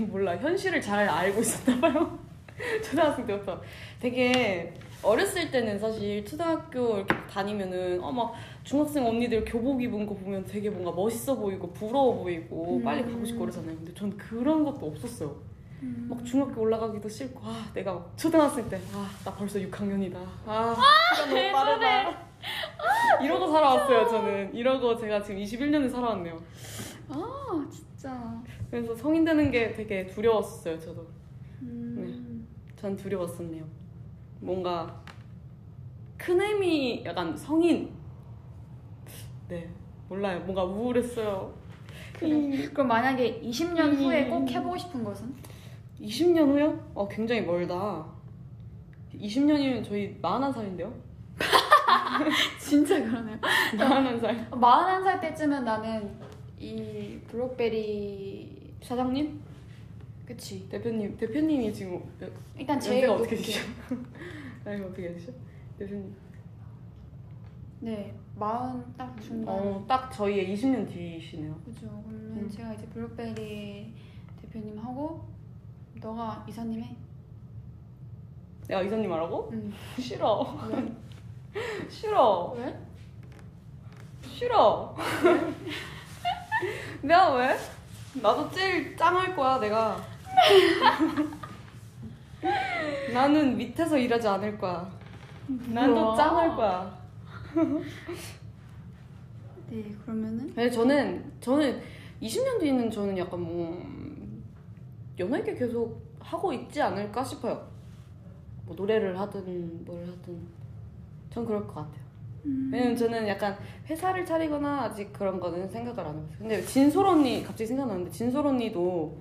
Speaker 1: 몰라 현실을 잘 알고 있었나 봐요. 초등학생 때부터 되게 어렸을 때는 사실 초등학교 이렇게 다니면은 어 막 중학생 언니들 교복 입은 거 보면 되게 뭔가 멋있어 보이고 부러워 보이고
Speaker 3: 음.
Speaker 1: 빨리 가고 싶고 그러잖아요. 근데 전 그런 것도 없었어요.
Speaker 3: 음.
Speaker 1: 막 중학교 올라가기도 싫고 아 내가 막 초등학생 때 아 나 벌써 6학년이다 아 시간 너무 빠르다 이러고 살아왔어요 저는 이러고 제가 지금 21년을 살아왔네요
Speaker 3: 아, 진짜.
Speaker 1: 그래서 성인 되는 게 되게 두려웠어요 저도
Speaker 3: 음.
Speaker 2: 네.
Speaker 1: 전 두려웠었네요 뭔가 큰 의미 약간 성인 네 몰라요 뭔가 우울했어요
Speaker 3: 그래. 그럼 만약에 20년
Speaker 1: 음.
Speaker 3: 후에 꼭 해보고 싶은 것은?
Speaker 1: 20년 후요? 어 굉장히 멀다 20년이면 저희 41살인데요?
Speaker 2: 진짜 그러네요.
Speaker 1: 41살
Speaker 2: 41살 때쯤은 나는 이 블록베리
Speaker 1: 사장님?
Speaker 2: 그치
Speaker 1: 대표님, 대표님이 지금 몇-
Speaker 2: 일단 아, 제일
Speaker 1: 연세가 어떻게
Speaker 2: 높게.
Speaker 1: 되시죠? 나이가 어떻게 되시죠? 대표님.
Speaker 2: 네, 마흔 딱 중반.
Speaker 1: 어, 딱 저희의 20년 뒤이시네요.
Speaker 2: 그죠. 그러면
Speaker 1: 음.
Speaker 2: 제가 이제 블록베리 대표님 하고 너가 이사님 해.
Speaker 1: 내가 이사님 말하고?
Speaker 2: 응.
Speaker 1: 싫어. 싫어.
Speaker 2: 왜?
Speaker 1: 싫어. 내가 왜? 나도 제일 짱할 거야, 내가. 나는 밑에서 일하지 않을 거야. 난 또
Speaker 2: 뭐야?
Speaker 1: 짱할 거야.
Speaker 2: 네, 그러면은
Speaker 1: 근데 저는 저는 20년 뒤는 저는 약간 뭐 연예계 계속 하고 있지 않을까 싶어요. 뭐 노래를 하든 뭘 하든 전 그럴 것 같아요. 왜냐면 저는 약간 회사를 차리거나 아직 그런 거는 생각을 안 해봤어요. 근데 진솔 언니 갑자기 생각나는데 진솔 언니도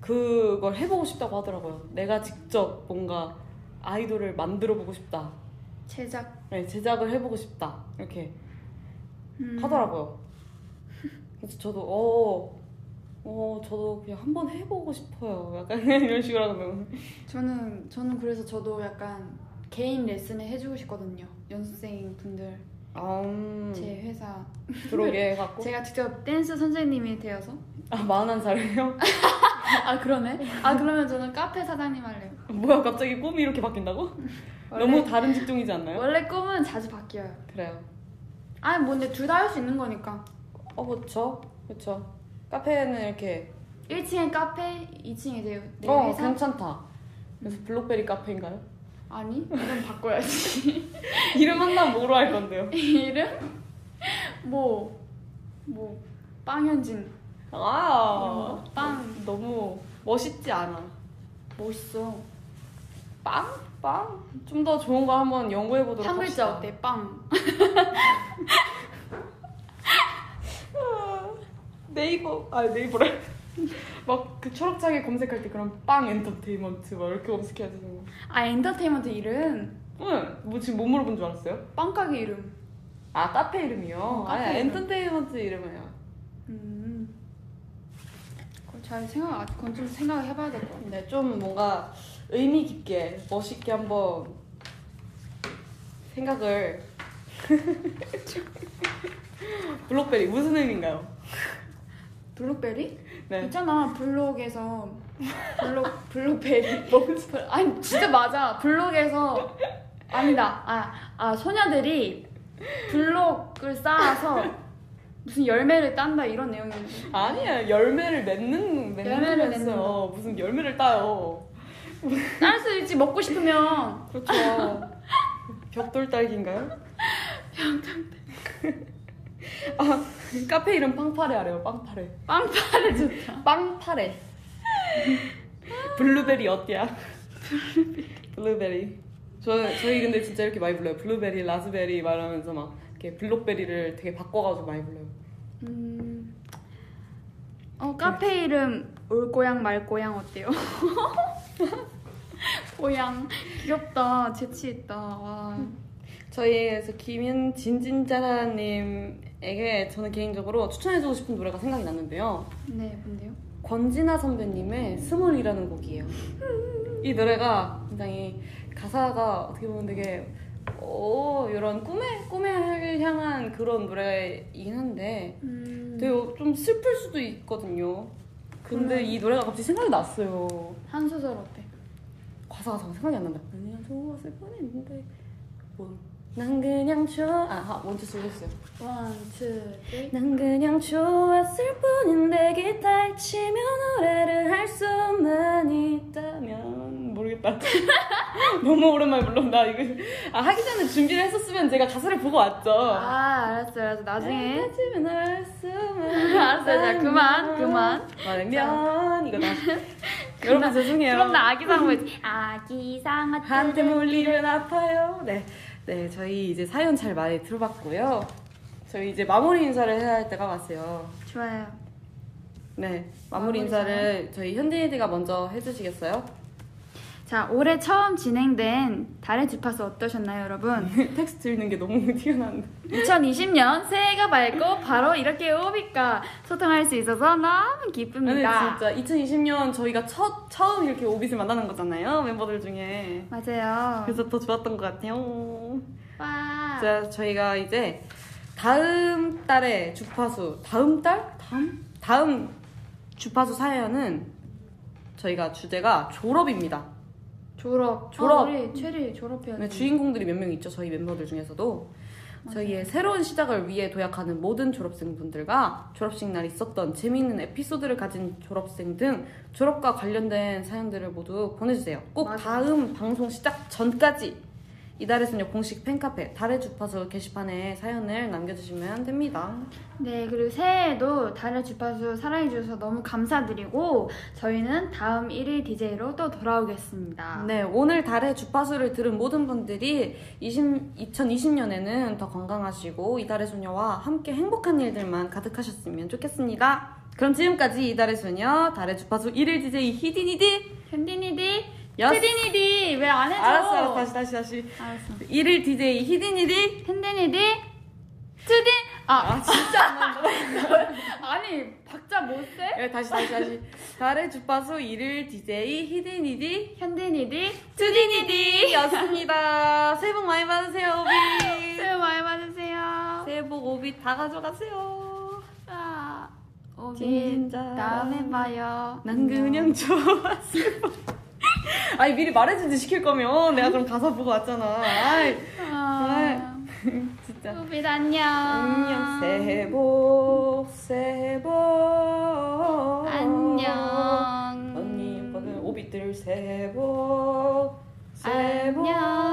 Speaker 1: 그걸 해보고 싶다고 하더라고요. 내가 직접 뭔가 아이돌을 만들어 보고 싶다.
Speaker 3: 제작.
Speaker 1: 네, 제작을 해보고 싶다. 이렇게
Speaker 3: 음.
Speaker 1: 하더라고요.
Speaker 2: 음.
Speaker 1: 그래서 저도 어, 어 저도 그냥 한번 해보고 싶어요. 약간 이런 식으로 하면
Speaker 2: 저는 저는 그래서 저도 약간 개인 레슨을 해주고 싶거든요. 연습생 분들
Speaker 1: 아, 음, 어?
Speaker 2: 제 회사
Speaker 1: 그러게 해갖고
Speaker 2: 제가 직접
Speaker 3: 댄스 선생님이 되어서?
Speaker 1: 아 마흔한 살이에요?
Speaker 2: 아 그러네. 아 그러면 저는 카페 사장님 할래요.
Speaker 1: 뭐야 갑자기 꿈이 이렇게 바뀐다고?
Speaker 2: 원래-
Speaker 1: 너무 다른 직종이지 않나요?
Speaker 2: 원래 꿈은 자주 바뀌어요.
Speaker 1: 그래요.
Speaker 2: 아니 뭔데 둘 다 할 수 있는 거니까.
Speaker 1: 어 그렇죠, 그렇죠. 카페는 이렇게
Speaker 2: 1층에 카페, 2층에 이제 내
Speaker 1: 어
Speaker 2: 네, 회사. 음.
Speaker 1: 괜찮다. 그래서 블록베리 카페인가요?
Speaker 2: 아니 이름 바꿔야지.
Speaker 1: 이름 한다면 뭐로 할 건데요?
Speaker 2: 이름 뭐뭐 빵현진
Speaker 1: 아,
Speaker 2: 빵
Speaker 1: 너무 멋있지 않아.
Speaker 2: 멋있어.
Speaker 1: 빵? 빵? 좀 더 좋은 거 한번 연구해 보도록
Speaker 2: 한
Speaker 1: 합시다.
Speaker 2: 글자 어때? 빵.
Speaker 1: 아, 네이버 아 네이버래 막 그 초록창에 검색할 때 그런 빵 엔터테인먼트 막 이렇게 검색해야 되는
Speaker 2: 아 엔터테인먼트 이름
Speaker 1: 거응뭐 지금 뭐 물어본 줄 알았어요?
Speaker 2: 빵 가게 이름.
Speaker 1: 아 카페 이름이요?
Speaker 2: 어, 카페
Speaker 1: 아니,
Speaker 2: 이름.
Speaker 1: 엔터테인먼트 이름이요
Speaker 2: 음. 그거 잘 생각 아, 그건 좀 생각을 해봐야 될 것 같아.
Speaker 1: 근데 네, 좀 뭔가 의미 깊게 멋있게 한번 생각을 블록베리 무슨 의미인가요?
Speaker 2: 블록베리?
Speaker 1: 네
Speaker 2: 있잖아 블록에서 블록 블록베리 블- 아니 진짜 맞아 블록에서 아니다 아, 아 소녀들이 블록을 쌓아서 무슨 열매를 딴다 이런 내용이었는데
Speaker 1: 아니야 열매를 맺는 맺는
Speaker 2: 열매를
Speaker 1: 거였어요.
Speaker 2: 맺는 거.
Speaker 1: 무슨 열매를 따요
Speaker 2: 딸수 있지 먹고 싶으면
Speaker 1: 그렇죠. 벽돌딸기인가요? 벽돌딸기. 아, 카페 이름 빵파레하래요. 빵파레.
Speaker 2: 빵파를 좋다
Speaker 1: 빵파레. 블루베리 어때야? 블루베리. 저 저희 근데 진짜 이렇게 많이 불러요. 블루베리, 라즈베리 말하면서 막 이렇게 블록베리를 되게 바꿔가지고 많이 불러요.
Speaker 5: 음,
Speaker 2: 어 카페 이름 올고양 말고양 어때요? 고양 귀엽다 재치있다 와
Speaker 1: 저희에서 김윤 진진자라님에게 저는 개인적으로 추천해주고 싶은 노래가 생각이 났는데요.
Speaker 2: 네, 뭔데요?
Speaker 1: 권진아 선배님의 스물이라는 곡이에요. 이 노래가 굉장히 가사가 어떻게 보면 되게 오 이런 꿈에 꿈에 향한 그런 노래이긴 한데
Speaker 2: 음. 네.
Speaker 1: 되게 좀 슬플 수도 있거든요. 근데 이 노래가 갑자기 생각이 났어요.
Speaker 2: 한 소절 어때?
Speaker 1: 가사가 잠깐 생각이 안 난다. 그냥 좋았을 뻔했는데 뭐. 난 그냥 좋아 먼저 쓰겠어요.
Speaker 2: 원, 투, 쓰리
Speaker 1: 난 그냥 좋았을 뿐인데 기타를 치며 노래를 할 수만 있다면 모르겠다 너무 오랜만에 불렀나 이거 아 하기 전에 준비를 했었으면 제가 가사를 보고 왔죠
Speaker 2: 아 알았어 알았어 나중에
Speaker 1: 기타 치며 노래를 할 수만
Speaker 2: 알았어 자 그만 그만
Speaker 1: 말면 이거다 여러분 죄송해요
Speaker 2: 그럼 나 아기상 뭐지? 아기상
Speaker 1: 한테 물리면 아파요. 네. 네, 저희 이제 사연 잘 많이 들어봤고요. 저희 이제 마무리 인사를 해야 할 때가 왔어요.
Speaker 2: 좋아요
Speaker 1: 네, 마무리
Speaker 2: 마무리
Speaker 1: 인사를 저희 현디가 먼저 해주시겠어요?
Speaker 2: 자 올해 처음 진행된 달의 주파수 어떠셨나요 여러분?
Speaker 1: 텍스트 읽는 게 너무 티가 나는데.
Speaker 2: 2020년 새해가 밝고 바로 이렇게 오비과 소통할 수 있어서 너무
Speaker 1: 아니,
Speaker 2: 기쁩니다.
Speaker 1: 진짜 2020년 저희가 첫, 처음 이렇게 오빛을 만나는 거잖아요, 멤버들 중에.
Speaker 2: 맞아요.
Speaker 1: 그래서 더 좋았던 것 같아요.
Speaker 2: 와.
Speaker 1: 자, 저희가 이제 다음 달에 주파수, 다음 달? 다음? 다음 주파수 사연은 저희가 주제가 졸업입니다.
Speaker 2: 졸업.
Speaker 1: 졸업.
Speaker 2: 아, 우리 체리 졸업해야 돼.
Speaker 1: 네, 주인공들이 몇 명 있죠 저희 멤버들 중에서도 저희의 새로운 시작을 위해 도약하는 모든 졸업생분들과 졸업식 날 있었던 재미있는 에피소드를 가진 졸업생 등 졸업과 관련된 사연들을 모두 보내주세요 꼭
Speaker 2: 맞아요.
Speaker 1: 다음 방송 시작 전까지 이달의 소녀 공식 팬카페 달의 주파수 게시판에 사연을 남겨주시면 됩니다
Speaker 2: 네, 그리고 새해에도 달의 주파수 사랑해주셔서 너무 감사드리고 저희는 다음 1일 DJ로 또 돌아오겠습니다.
Speaker 1: 네, 오늘 달의 주파수를 들은 모든 분들이 20, 2020년에는 더 건강하시고 이달의 소녀와 함께 행복한 일들만 가득하셨으면 좋겠습니다. 그럼 지금까지 이달의 소녀, 달의 주파수 1일 DJ 히디니디
Speaker 2: 현디니디,
Speaker 1: 였.
Speaker 2: 테디니디 왜 안 해줘?
Speaker 1: 네. 알았어, 알았어, 다시, 다시, 다시.
Speaker 2: 알았어.
Speaker 1: 1일 DJ 히디니디
Speaker 2: 현디니디, 투디. 아,
Speaker 1: 아, 진짜 안 나온다.
Speaker 2: 아니 박자 못 세?
Speaker 1: 예, 다시, 다시, 다시. 달의 주파수 1일 DJ 히디니디
Speaker 2: 현디니디.
Speaker 1: 투디니디 였습니다. 새해 복 많이 받으세요, 오비.
Speaker 2: 새해 많이 받으세요.
Speaker 1: 새해 복 오비 다 가져가세요.
Speaker 2: 아, 오기
Speaker 1: 진짜
Speaker 2: 다음에 봐요.
Speaker 1: 난
Speaker 2: 음.
Speaker 1: 그냥 좋았을 뿐 아니 미리 말해주지 시킬 거면 내가 그럼 가사 보고 왔잖아 아이
Speaker 2: 아,
Speaker 1: 진짜
Speaker 2: 우빈 안녕.
Speaker 1: 네. 안녕 새해 복 새해 복
Speaker 2: 안녕.
Speaker 1: 언니 오빠는 오빛들 새해 복 새해 복
Speaker 2: 안녕.